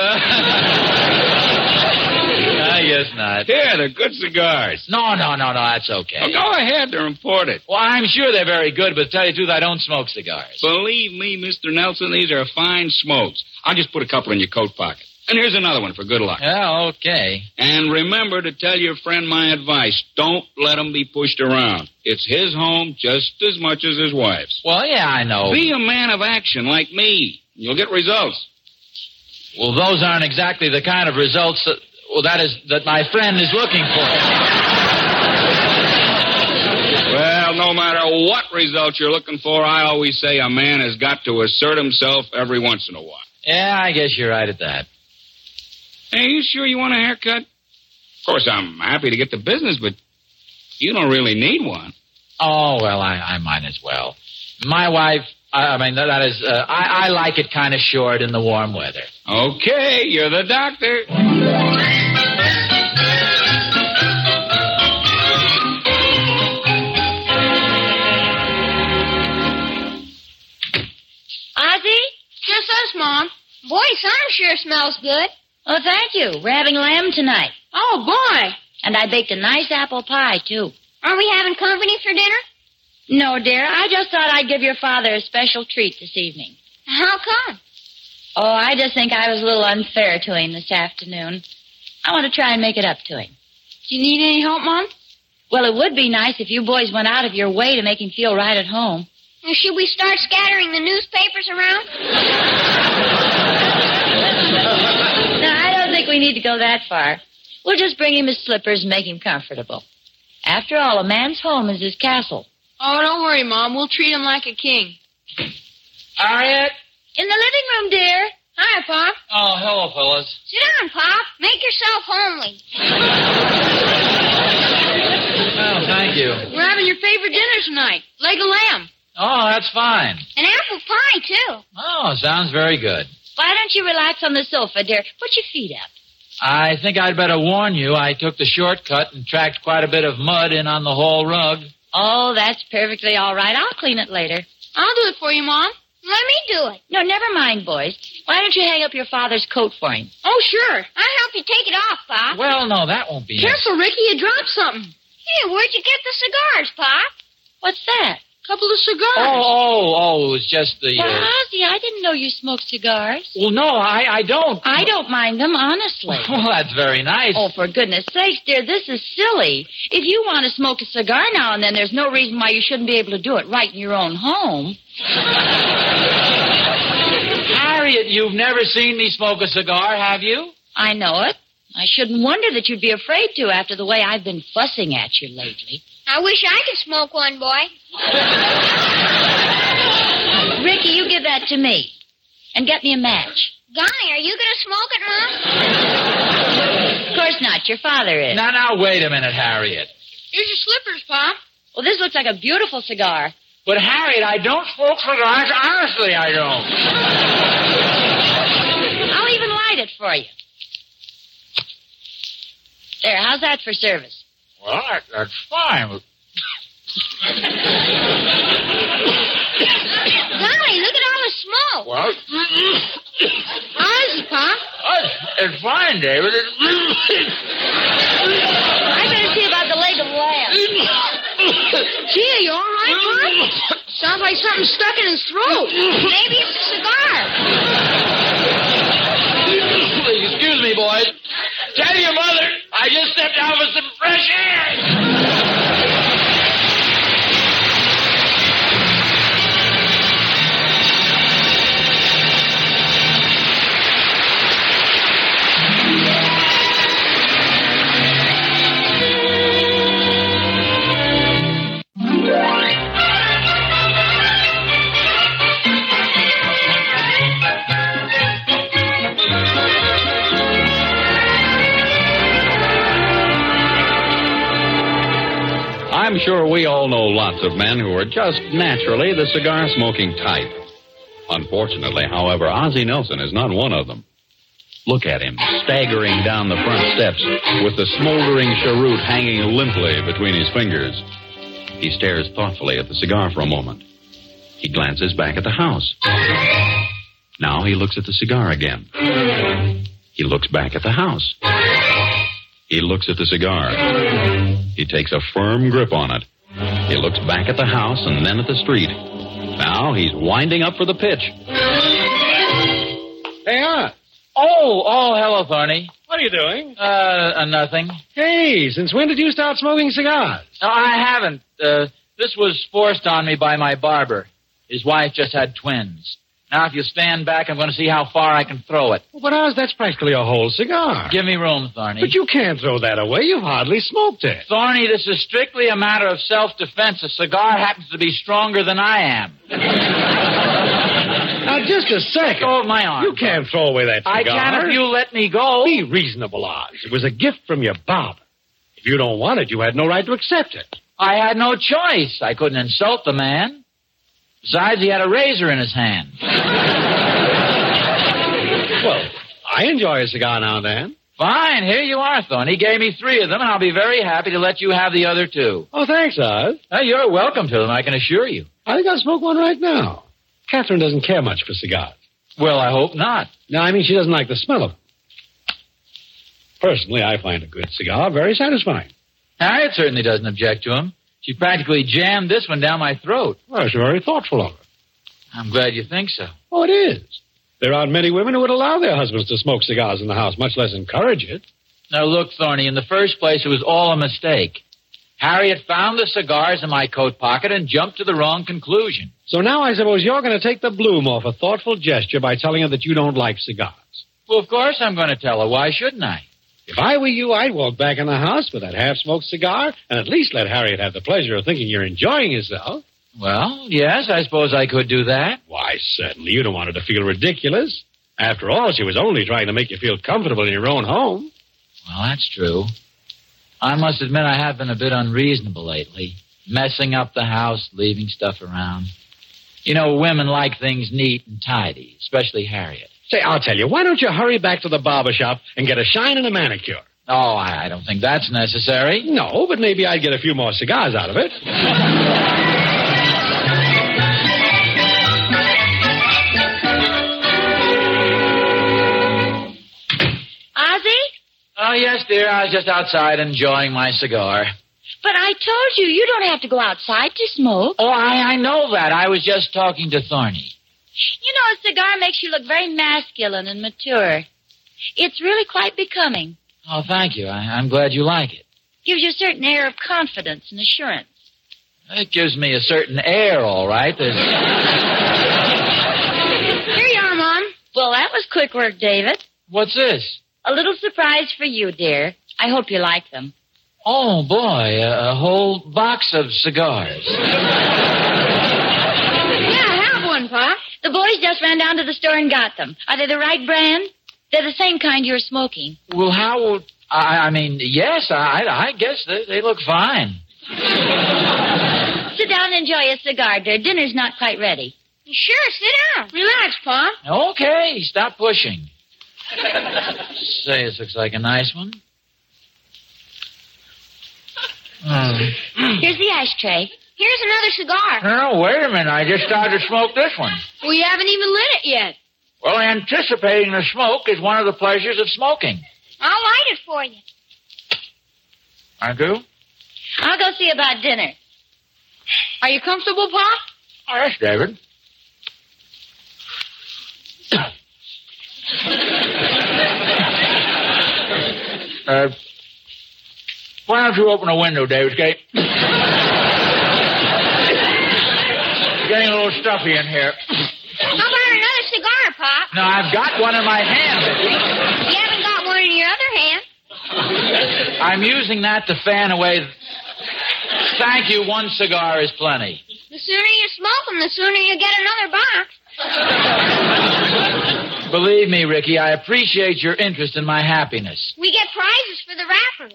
Speaker 19: I guess not.
Speaker 17: Here, they're good cigars.
Speaker 19: No, no, no, no. That's okay.
Speaker 17: Oh, go ahead, they're imported.
Speaker 19: Well, I'm sure they're very good, but to tell you the truth, I don't smoke cigars.
Speaker 17: Believe me, Mr. Nelson, these are fine smokes. I'll just put a couple in your coat pocket. And here's another one for good luck.
Speaker 19: Yeah, Oh, okay.
Speaker 17: And remember to tell your friend my advice. Don't let him be pushed around. It's his home just as much as his wife's.
Speaker 19: Well, yeah, I know.
Speaker 17: Be a man of action like me. You'll get results.
Speaker 19: Well, those aren't exactly the kind of results that, well, that is, that my friend is looking for.
Speaker 17: Well, no matter what results you're looking for, I always say a man has got to assert himself every once in a while.
Speaker 19: yeah, I guess you're right at that.
Speaker 17: Hey, you sure you want a haircut? Of course, I'm happy to get the business, but you don't really need one.
Speaker 19: Oh, well, I, I might as well. My wife, I, I mean, that is, uh, I, I like it kind of short in the warm weather.
Speaker 17: Okay, you're the doctor.
Speaker 16: Ozzy,
Speaker 18: Mom. Boy, something sure smells good.
Speaker 16: Oh, thank you. We're having lamb tonight.
Speaker 18: Oh, boy.
Speaker 16: And I baked a nice apple pie, too.
Speaker 18: Aren't we having company for dinner?
Speaker 16: No, dear, I just thought I'd give your father a special treat this evening.
Speaker 18: How come?
Speaker 16: Oh, I just think I was a little unfair to him this afternoon. I want to try and make it up to him.
Speaker 18: Do you need any help, Mom?
Speaker 16: Well, it would be nice if you boys went out of your way to make him feel right at home.
Speaker 18: Well, should we start scattering the newspapers around?
Speaker 16: No, I don't think we need to go that far. We'll just bring him his slippers and make him comfortable. After all, a man's home is his castle.
Speaker 18: Oh, don't worry, Mom. We'll treat him like a king.
Speaker 19: Harriet?
Speaker 18: In the living room, dear. Hi, Pop.
Speaker 19: Oh, hello, fellas.
Speaker 18: Sit down, Pop. Make yourself homely.
Speaker 19: Oh, thank you.
Speaker 18: We're having your favorite dinner tonight. Leg of lamb.
Speaker 19: Oh, that's fine.
Speaker 18: And apple pie, too.
Speaker 19: Oh, sounds very good.
Speaker 16: Why don't you relax on the sofa, dear? Put your feet up.
Speaker 19: I think I'd better warn you. I took the shortcut and tracked quite a bit of mud in on the hall rug.
Speaker 16: Oh, that's perfectly all right. I'll clean it later.
Speaker 18: I'll do it for you, Mom. Let me do it.
Speaker 16: No, never mind, boys. Why don't you hang up your father's coat for him?
Speaker 18: Oh, sure. I'll help you take it off, Pop.
Speaker 19: Well, no, that won't be.
Speaker 18: Careful, Ricky. You dropped something. Hey, where'd you get the cigars, Pop?
Speaker 16: What's that?
Speaker 18: Couple
Speaker 19: Oh,
Speaker 18: of cigars.
Speaker 19: oh, oh, it was just the.
Speaker 16: Well,
Speaker 19: Uh...
Speaker 16: Ozzy, I didn't know you smoked cigars.
Speaker 19: Well, no, I, I don't.
Speaker 16: I don't mind them, honestly.
Speaker 19: Well, that's very nice.
Speaker 16: Oh, for goodness sakes, dear, this is silly. If you want to smoke a cigar now and then, there's no reason why you shouldn't be able to do it right in your own home.
Speaker 19: Harriet, you've never seen me smoke a cigar, have you?
Speaker 16: I know it. I shouldn't wonder that you'd be afraid to after the way I've been fussing at you lately.
Speaker 18: I wish I could smoke one, boy.
Speaker 16: Ricky, you give that to me. And get me a match.
Speaker 18: Golly, are you going to smoke it, Mom?
Speaker 16: Of course not. Your father is.
Speaker 19: Now, now, wait a minute, Harriet.
Speaker 18: Here's your slippers, Pop.
Speaker 16: Well, this looks like a beautiful cigar.
Speaker 19: But, Harriet, I don't smoke cigars. Honestly, I don't.
Speaker 16: I'll even light it for you. There, how's that for service?
Speaker 19: Well, that, that's fine. but-
Speaker 18: Golly, look at all the smoke.
Speaker 19: Well,
Speaker 18: How's it, Pop?
Speaker 19: it's fine, David. It's...
Speaker 16: I better see about the leg of the lamb.
Speaker 18: Gee, are you all right, Pop? Sounds like something stuck in his throat. Maybe it's a cigar.
Speaker 19: Excuse me, boys. Tell your mother I just stepped out for some fresh air.
Speaker 17: I'm sure we all know lots of men who are just naturally the cigar smoking type. Unfortunately, however, Ozzie Nelson is not one of them. Look at him, staggering down the front steps with the smoldering cheroot hanging limply between his fingers. He stares thoughtfully at the cigar for a moment. He glances back at the house. Now he looks at the cigar again. He looks back at the house. He looks at the cigar. He takes a firm grip on it. He looks back at the house and then at the street. Now he's winding up for the pitch.
Speaker 19: Hey, Aunt. Oh, oh, hello, Thorny.
Speaker 20: What are you doing?
Speaker 19: Uh, uh nothing.
Speaker 20: Hey, since when did you start smoking cigars?
Speaker 19: No, I haven't. Uh, this was forced on me by my barber. His wife just had twins. Now, if you stand back, I'm going to see how far I can throw it.
Speaker 20: But ours, that's practically a whole cigar.
Speaker 19: Give me room, Thorny.
Speaker 20: But you can't throw that away. You've hardly smoked it.
Speaker 19: Thorny, this is strictly a matter of self-defense. A cigar happens to be stronger than I am.
Speaker 20: Now, just a second.
Speaker 19: Let go of my arm.
Speaker 20: You can't throw away that cigar.
Speaker 19: I can if you let me go.
Speaker 20: Be reasonable, Oz. It was a gift from your barber. If you don't want it, you had no right to accept it.
Speaker 19: I had no choice. I couldn't insult the man. Besides, he had a razor in his hand.
Speaker 20: Well, I enjoy a cigar now and then.
Speaker 19: Fine, here you are, Thorny. He gave me three of them, and I'll be very happy to let you have the other two.
Speaker 20: Oh, thanks, Oz.
Speaker 19: Now, you're welcome to them, I can assure you.
Speaker 20: I think I'll smoke one right now. Catherine doesn't care much for cigars.
Speaker 19: Well, I hope not.
Speaker 20: No, I mean, she doesn't like the smell of it. Personally, I find a good cigar very satisfying.
Speaker 19: Harriet certainly doesn't object to him. She practically jammed this one down my throat.
Speaker 20: Well, it's very thoughtful of her.
Speaker 19: I'm glad you think so.
Speaker 20: Oh, it is. There aren't many women who would allow their husbands to smoke cigars in the house, much less encourage it.
Speaker 19: Now, look, Thorny, in the first place, it was all a mistake. Harriet found the cigars in my coat pocket and jumped to the wrong conclusion.
Speaker 20: So now I suppose you're going to take the bloom off a thoughtful gesture by telling her that you don't like cigars.
Speaker 19: Well, of course I'm going to tell her. Why shouldn't I?
Speaker 20: If I were you, I'd walk back in the house with that half smoked cigar and at least let Harriet have the pleasure of thinking you're enjoying yourself.
Speaker 19: Well, yes, I suppose I could do that.
Speaker 20: Why, certainly. You don't want her to feel ridiculous. After all, she was only trying to make you feel comfortable in your own home.
Speaker 19: Well, that's true. I must admit I have been a bit unreasonable lately, messing up the house, leaving stuff around. You know, women like things neat and tidy, especially Harriet.
Speaker 20: Say, I'll tell you, why don't you hurry back to the barber shop and get a shine and a manicure?
Speaker 19: Oh, I I don't think that's necessary.
Speaker 20: No, but maybe I'd get a few more cigars out of it.
Speaker 18: Ozzy?
Speaker 19: Oh, yes, dear. I was just outside enjoying my cigar.
Speaker 16: But I told you, you don't have to go outside to smoke.
Speaker 19: Oh, I, I know that. I was just talking to Thorny.
Speaker 16: You know, a cigar makes you look very masculine and mature. It's really quite becoming.
Speaker 19: Oh, thank you. I, I'm glad you like it.
Speaker 16: Gives you a certain air of confidence and assurance.
Speaker 19: It gives me a certain air, all right. There's-
Speaker 18: Here you are, Mom.
Speaker 16: Well, that was quick work, David.
Speaker 19: What's this?
Speaker 16: A little surprise for you, dear. I hope you like them.
Speaker 19: Oh, boy, a, a whole box of cigars.
Speaker 18: Yeah, have one, Pop.
Speaker 16: The boys just ran down to the store and got them. Are they the right brand? They're the same kind you're smoking.
Speaker 19: Well, how will. I, I mean, yes, I, I guess they, they look fine.
Speaker 16: Sit down and enjoy a cigar, dear. Dinner's not quite ready.
Speaker 18: Sure, sit down. Relax, Pop.
Speaker 19: Okay, stop pushing. Say, this looks like a nice one. Hmm.
Speaker 16: Here's the ashtray.
Speaker 18: Here's another cigar.
Speaker 19: No, wait a minute. I just started to smoke this one.
Speaker 18: We haven't even lit it yet.
Speaker 19: Well, anticipating the smoke is one of the pleasures of smoking.
Speaker 18: I'll light it for you.
Speaker 19: I do?
Speaker 16: I'll go see about dinner.
Speaker 18: Are you comfortable, Pop?
Speaker 19: Oh, yes, David. uh, why don't you open a window, David Kate? Getting a little stuffy in here.
Speaker 18: How about another cigar, Pop?
Speaker 19: No, I've got one in my hand.
Speaker 18: You haven't got one in your other hand.
Speaker 19: I'm using that to fan away. Thank you. One cigar is plenty.
Speaker 18: The sooner you smoke 'em, the sooner you get another box.
Speaker 19: Believe me, Ricky, I appreciate your interest in my happiness.
Speaker 18: We get prizes for the wrappers.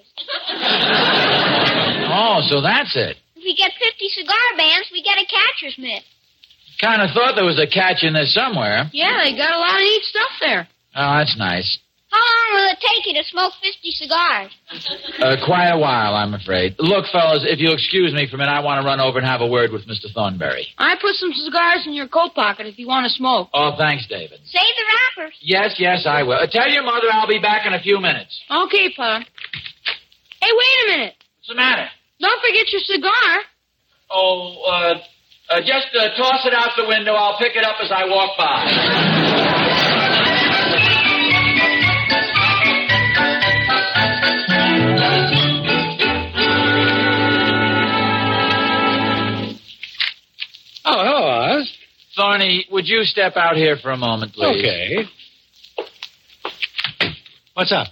Speaker 19: Oh, so that's it.
Speaker 18: If we get 50 cigar bands, we get a catcher's mitt.
Speaker 19: Kind of thought there was a catch in this somewhere.
Speaker 18: Yeah, they got a lot of neat stuff there.
Speaker 19: Oh, that's nice.
Speaker 18: How long will it take you to smoke 50 cigars?
Speaker 19: Uh, quite a while, I'm afraid. Look, fellas, if you'll excuse me for a minute, I want to run over and have a word with Mr. Thornberry.
Speaker 18: I put some cigars in your coat pocket if you want to smoke.
Speaker 19: Oh, thanks, David.
Speaker 18: Save the wrappers.
Speaker 19: Yes, yes, I will. Uh, tell your mother I'll be back in a few minutes.
Speaker 18: Okay, Pop. Hey, wait a minute.
Speaker 19: What's the matter?
Speaker 18: Don't forget your cigar.
Speaker 19: Oh, uh, uh, just uh, toss it out the window. I'll pick it up as I walk by.
Speaker 20: Oh, hello, Oz.
Speaker 19: Thorny, would you step out here for a moment, please?
Speaker 20: Okay. What's up?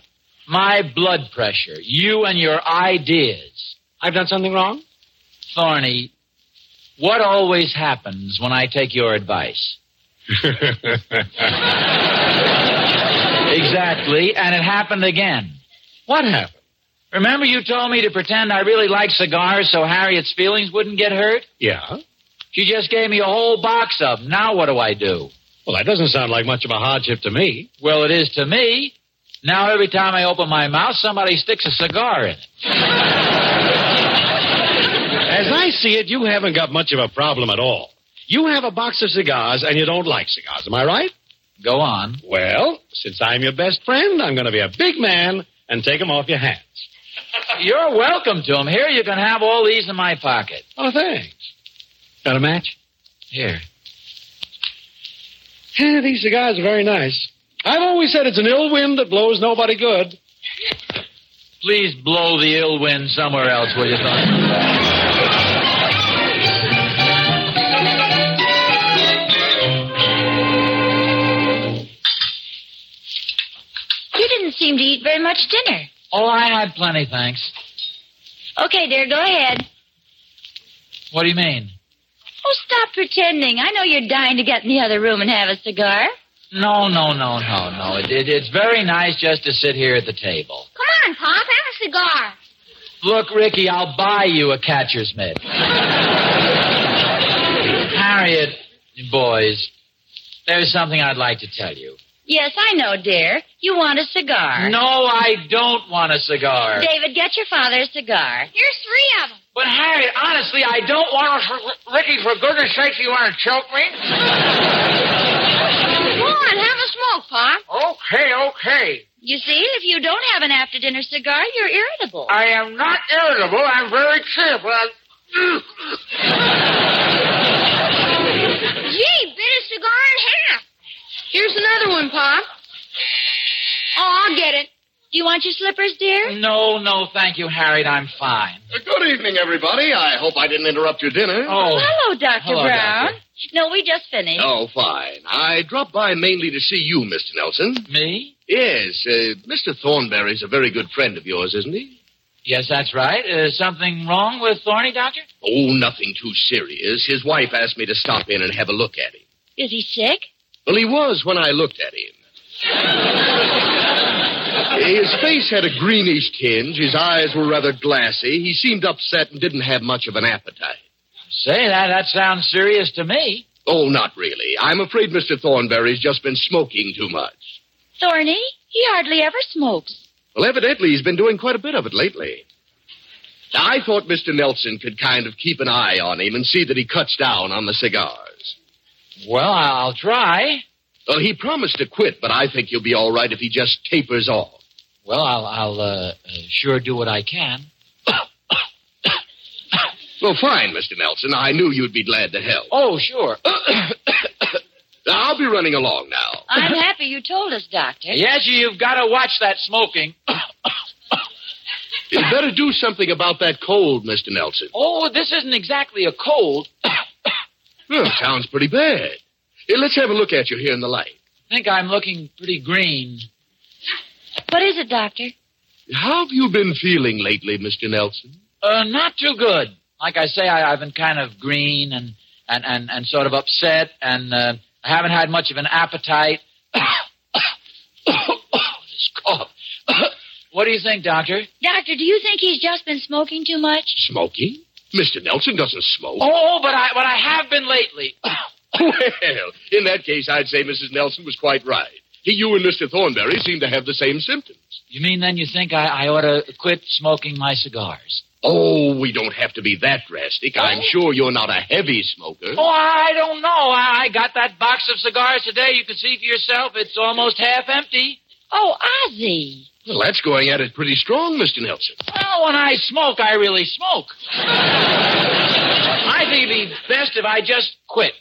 Speaker 19: My blood pressure, you and your ideas.
Speaker 20: I've done something wrong?
Speaker 19: Thorny, what always happens when I take your advice? exactly, and it happened again.
Speaker 20: What happened?
Speaker 19: Remember you told me to pretend I really liked cigars so Harriet's feelings wouldn't get hurt?
Speaker 20: Yeah.
Speaker 19: She just gave me a whole box of 'em. Now what do I do?
Speaker 20: Well, that doesn't sound like much of a hardship to me.
Speaker 19: Well, it is to me. Now every time I open my mouth, somebody sticks a cigar in it.
Speaker 20: As I see it, you haven't got much of a problem at all. You have a box of cigars and you don't like cigars, am I right?
Speaker 19: Go on.
Speaker 20: Well, since I'm your best friend, I'm going to be a big man and take them off your hands.
Speaker 19: You're welcome to them. Here, you can have all these in my pocket.
Speaker 20: Oh, thanks. Got a match?
Speaker 19: Here.
Speaker 20: Yeah, these cigars are very nice. I've always said it's an ill wind that blows nobody good.
Speaker 19: Please blow the ill wind somewhere else, will you, Thornton?
Speaker 16: You didn't seem to eat very much dinner.
Speaker 19: Oh, I had plenty, thanks.
Speaker 16: Okay, dear, go ahead.
Speaker 19: What do you mean?
Speaker 16: Oh, stop pretending. I know you're dying to get in the other room and have a cigar.
Speaker 19: No, no, no, no, no. It, it, it's very nice just to sit here at the table.
Speaker 18: Come on, Pop, have a cigar.
Speaker 19: Look, Ricky, I'll buy you a catcher's mitt. Harriet, boys, there's something I'd like to tell you.
Speaker 16: Yes, I know, dear. You want a cigar.
Speaker 19: No, I don't want a cigar.
Speaker 16: David, get your father a cigar.
Speaker 18: Here's three of them.
Speaker 19: But Harriet, honestly, I don't want to. For, Ricky, for goodness sakes, you want to choke
Speaker 18: Come
Speaker 19: me?
Speaker 18: on, have a smoke, Pop.
Speaker 19: okay, Oh, okay.
Speaker 16: You see, if you don't have an after dinner cigar, you're irritable.
Speaker 19: I am not irritable. I'm very cheerful. I'm...
Speaker 18: Gee, bit a cigar in half. Here's another one, Pop. Oh, I'll get it.
Speaker 16: Do you want your slippers, dear?
Speaker 19: No, no, thank you, Harriet. I'm fine.
Speaker 21: Uh, Good evening, everybody. I hope I didn't interrupt your dinner.
Speaker 19: Oh.
Speaker 16: Mm, Hello, Dr.
Speaker 21: Hello,
Speaker 16: Brown. No, we just finished.
Speaker 21: Oh, fine. I dropped by mainly to see you, Mr. Nelson.
Speaker 19: Me?
Speaker 21: Yes. Uh, Mr. Thornberry's a very good friend of yours, isn't he?
Speaker 19: Yes, that's right. Uh, something wrong with Thorny, Doctor?
Speaker 21: Oh, nothing too serious. His wife asked me to stop in and have a look at him.
Speaker 16: Is he sick?
Speaker 21: Well, he was when I looked at him. His face had a greenish tinge. His eyes were rather glassy. He seemed upset and didn't have much of an appetite.
Speaker 19: Say that. That sounds serious to me.
Speaker 21: Oh, not really. I'm afraid Mr. Thornberry's just been smoking too much.
Speaker 16: Thorny? He hardly ever smokes.
Speaker 21: Well, evidently, he's been doing quite a bit of it lately. Now, I thought Mr. Nelson could kind of keep an eye on him and see that he cuts down on the cigars.
Speaker 19: Well, I'll try.
Speaker 21: Well, Uh, he promised to quit, but I think he'll be all right if he just tapers off.
Speaker 19: Well, I'll, I'll uh, uh, sure do what I can.
Speaker 21: Well, fine, Mr. Nelson. I knew you'd be glad to help.
Speaker 19: Oh, sure.
Speaker 21: Now, I'll be running along now.
Speaker 16: I'm happy you told us, Doctor.
Speaker 19: yes, you've got to watch that smoking.
Speaker 21: You'd better do something about that cold, Mr. Nelson.
Speaker 19: Oh, this isn't exactly a cold.
Speaker 21: Well, sounds pretty bad. Here, let's have a look at you here in the light.
Speaker 19: I think I'm looking pretty green.
Speaker 16: What is it, Doctor?
Speaker 21: How have you been feeling lately, Mr. Nelson?
Speaker 19: Uh, not too good. Like I say, I, I've been kind of green and and and, and sort of upset, and uh, I haven't had much of an appetite. this cough. what do you think, Doctor?
Speaker 16: Doctor, do you think he's just been smoking too much?
Speaker 21: Smoking? Mr. Nelson doesn't smoke.
Speaker 19: Oh, but I but I have been lately.
Speaker 21: Well, in that case, I'd say Mrs. Nelson was quite right. He, you and Mr. Thornberry seem to have the same symptoms.
Speaker 19: you mean then you think I, I ought to quit smoking my cigars?
Speaker 21: Oh, we don't have to be that drastic. I'm sure you're not a heavy smoker.
Speaker 19: Oh, I don't know. I, I got that box of cigars today. You can see for yourself. It's almost half empty.
Speaker 16: Oh, Ozzy.
Speaker 21: Well, that's going at it pretty strong, Mr. Nelson.
Speaker 19: Well, when I smoke, I really smoke. I think it'd be best if I just quit.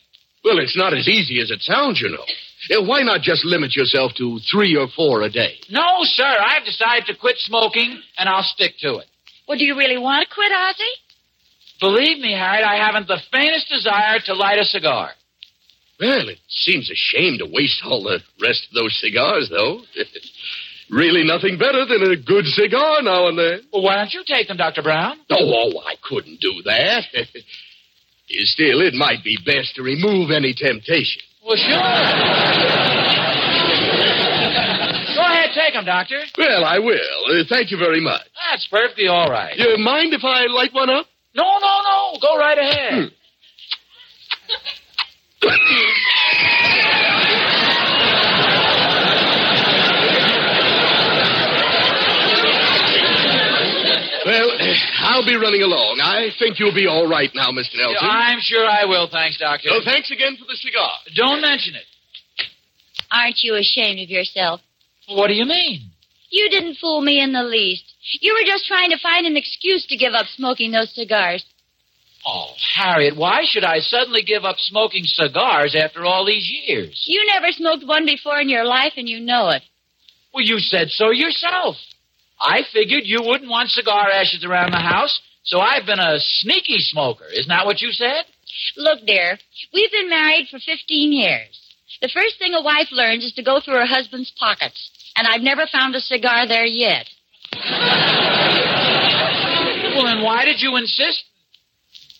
Speaker 21: Well, it's not as easy as it sounds, you know. Eh, Why not just limit yourself to three or four a day?
Speaker 19: No, sir. I've decided to quit smoking, and I'll stick to it.
Speaker 16: Well, do you really want to quit, Ozzy?
Speaker 19: Believe me, Harriet, I haven't the faintest desire to light a cigar.
Speaker 21: Well, it seems a shame to waste all the rest of those cigars, though. really nothing better than a good cigar now and then.
Speaker 19: Well, why don't you take them, Dr. Brown?
Speaker 21: Oh, oh I couldn't do that. Still, it might be best to remove any temptation.
Speaker 19: Well, sure. Go ahead, take them, Doctor.
Speaker 21: Well, I will. Uh, thank you very much.
Speaker 19: That's perfectly all right.
Speaker 21: You mind if I light one up?
Speaker 19: No, no, no. Go right ahead.
Speaker 21: Well, I'll be running along. I think you'll be all right now, Mr. Nelson.
Speaker 19: I'm sure I will. Thanks, Doctor.
Speaker 21: So thanks again for the cigar.
Speaker 19: Don't mention it.
Speaker 16: Aren't you ashamed of yourself?
Speaker 19: What do you mean?
Speaker 16: You didn't fool me in the least. You were just trying to find an excuse to give up smoking those cigars.
Speaker 19: Oh, Harriet, why should I suddenly give up smoking cigars after all these years?
Speaker 16: You never smoked one before in your life, and you know it.
Speaker 19: Well, you said so yourself. I figured you wouldn't want cigar ashes around the house, so I've been a sneaky smoker. Isn't that what you said?
Speaker 16: Look, dear, we've been married for 15 years. The first thing a wife learns is to go through her husband's pockets, and I've never found a cigar there yet.
Speaker 19: Well, then why did you insist?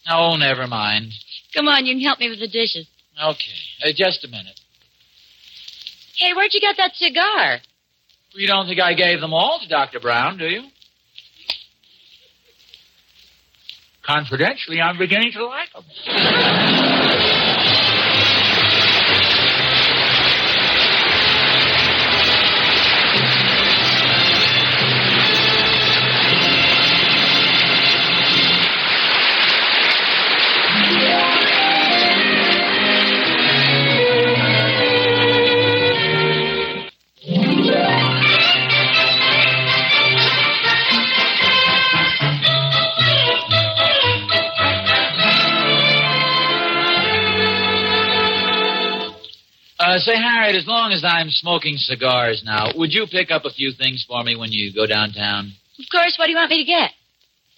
Speaker 19: Oh, never mind.
Speaker 16: Come on, you can help me with the dishes.
Speaker 19: Okay, uh, just a minute.
Speaker 16: Hey, where'd you get that cigar?
Speaker 19: You don't think I gave them all to Dr. Brown, do you? Confidentially, I'm beginning to like them. Uh, say, Harriet, as long as I'm smoking cigars now, would you pick up a few things for me when you go downtown?
Speaker 16: Of course, what do you want me to get?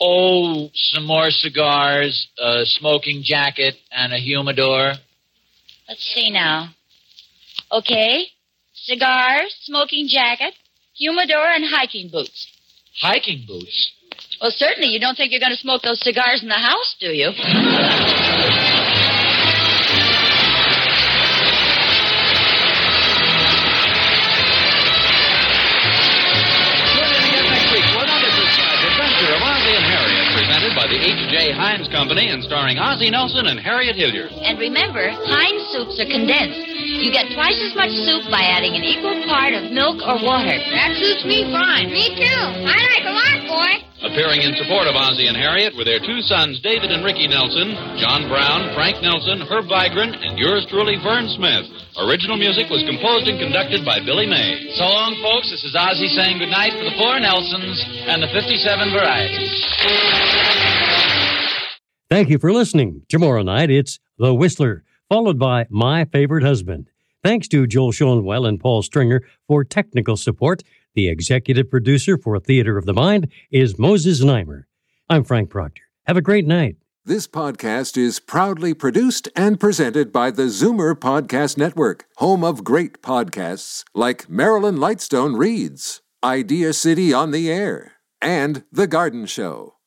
Speaker 19: Oh, some more cigars, a smoking jacket, and a humidor.
Speaker 16: Let's see now. Okay. Cigars, smoking jacket, humidor, and hiking boots.
Speaker 19: Hiking boots?
Speaker 16: Well, certainly you don't think you're going to smoke those cigars in the house, do you?
Speaker 22: Adventure of Ozzie and Harriet, presented by the H.J. Hines Company and starring Ozzie Nelson and Harriet Hilliard.
Speaker 16: And remember, Heinz soups are condensed. You get twice as much soup by adding an equal part of milk or water.
Speaker 23: That suits me fine. Me too. I like a lot, boy.
Speaker 22: Appearing in support of Ozzie and Harriet were their two sons, David and Ricky Nelson, John Brown, Frank Nelson, Herb Vigran, and yours truly, Vern Smith. Original music was composed and conducted by Billy May.
Speaker 19: So long, folks. This is Ozzy saying goodnight for the four Nelsons and the 57 varieties.
Speaker 2: Thank you for listening. Tomorrow night, it's The Whistler, followed by My Favorite Husband. Thanks to Joel Schoenwell and Paul Stringer for technical support. The executive producer for Theater of the Mind is Moses Neimer. I'm Frank Proctor. Have a great night.
Speaker 24: This podcast is proudly produced and presented by the Zoomer Podcast Network, home of great podcasts like Marilyn Lightstone Reads, Idea City on the Air, and The Garden Show.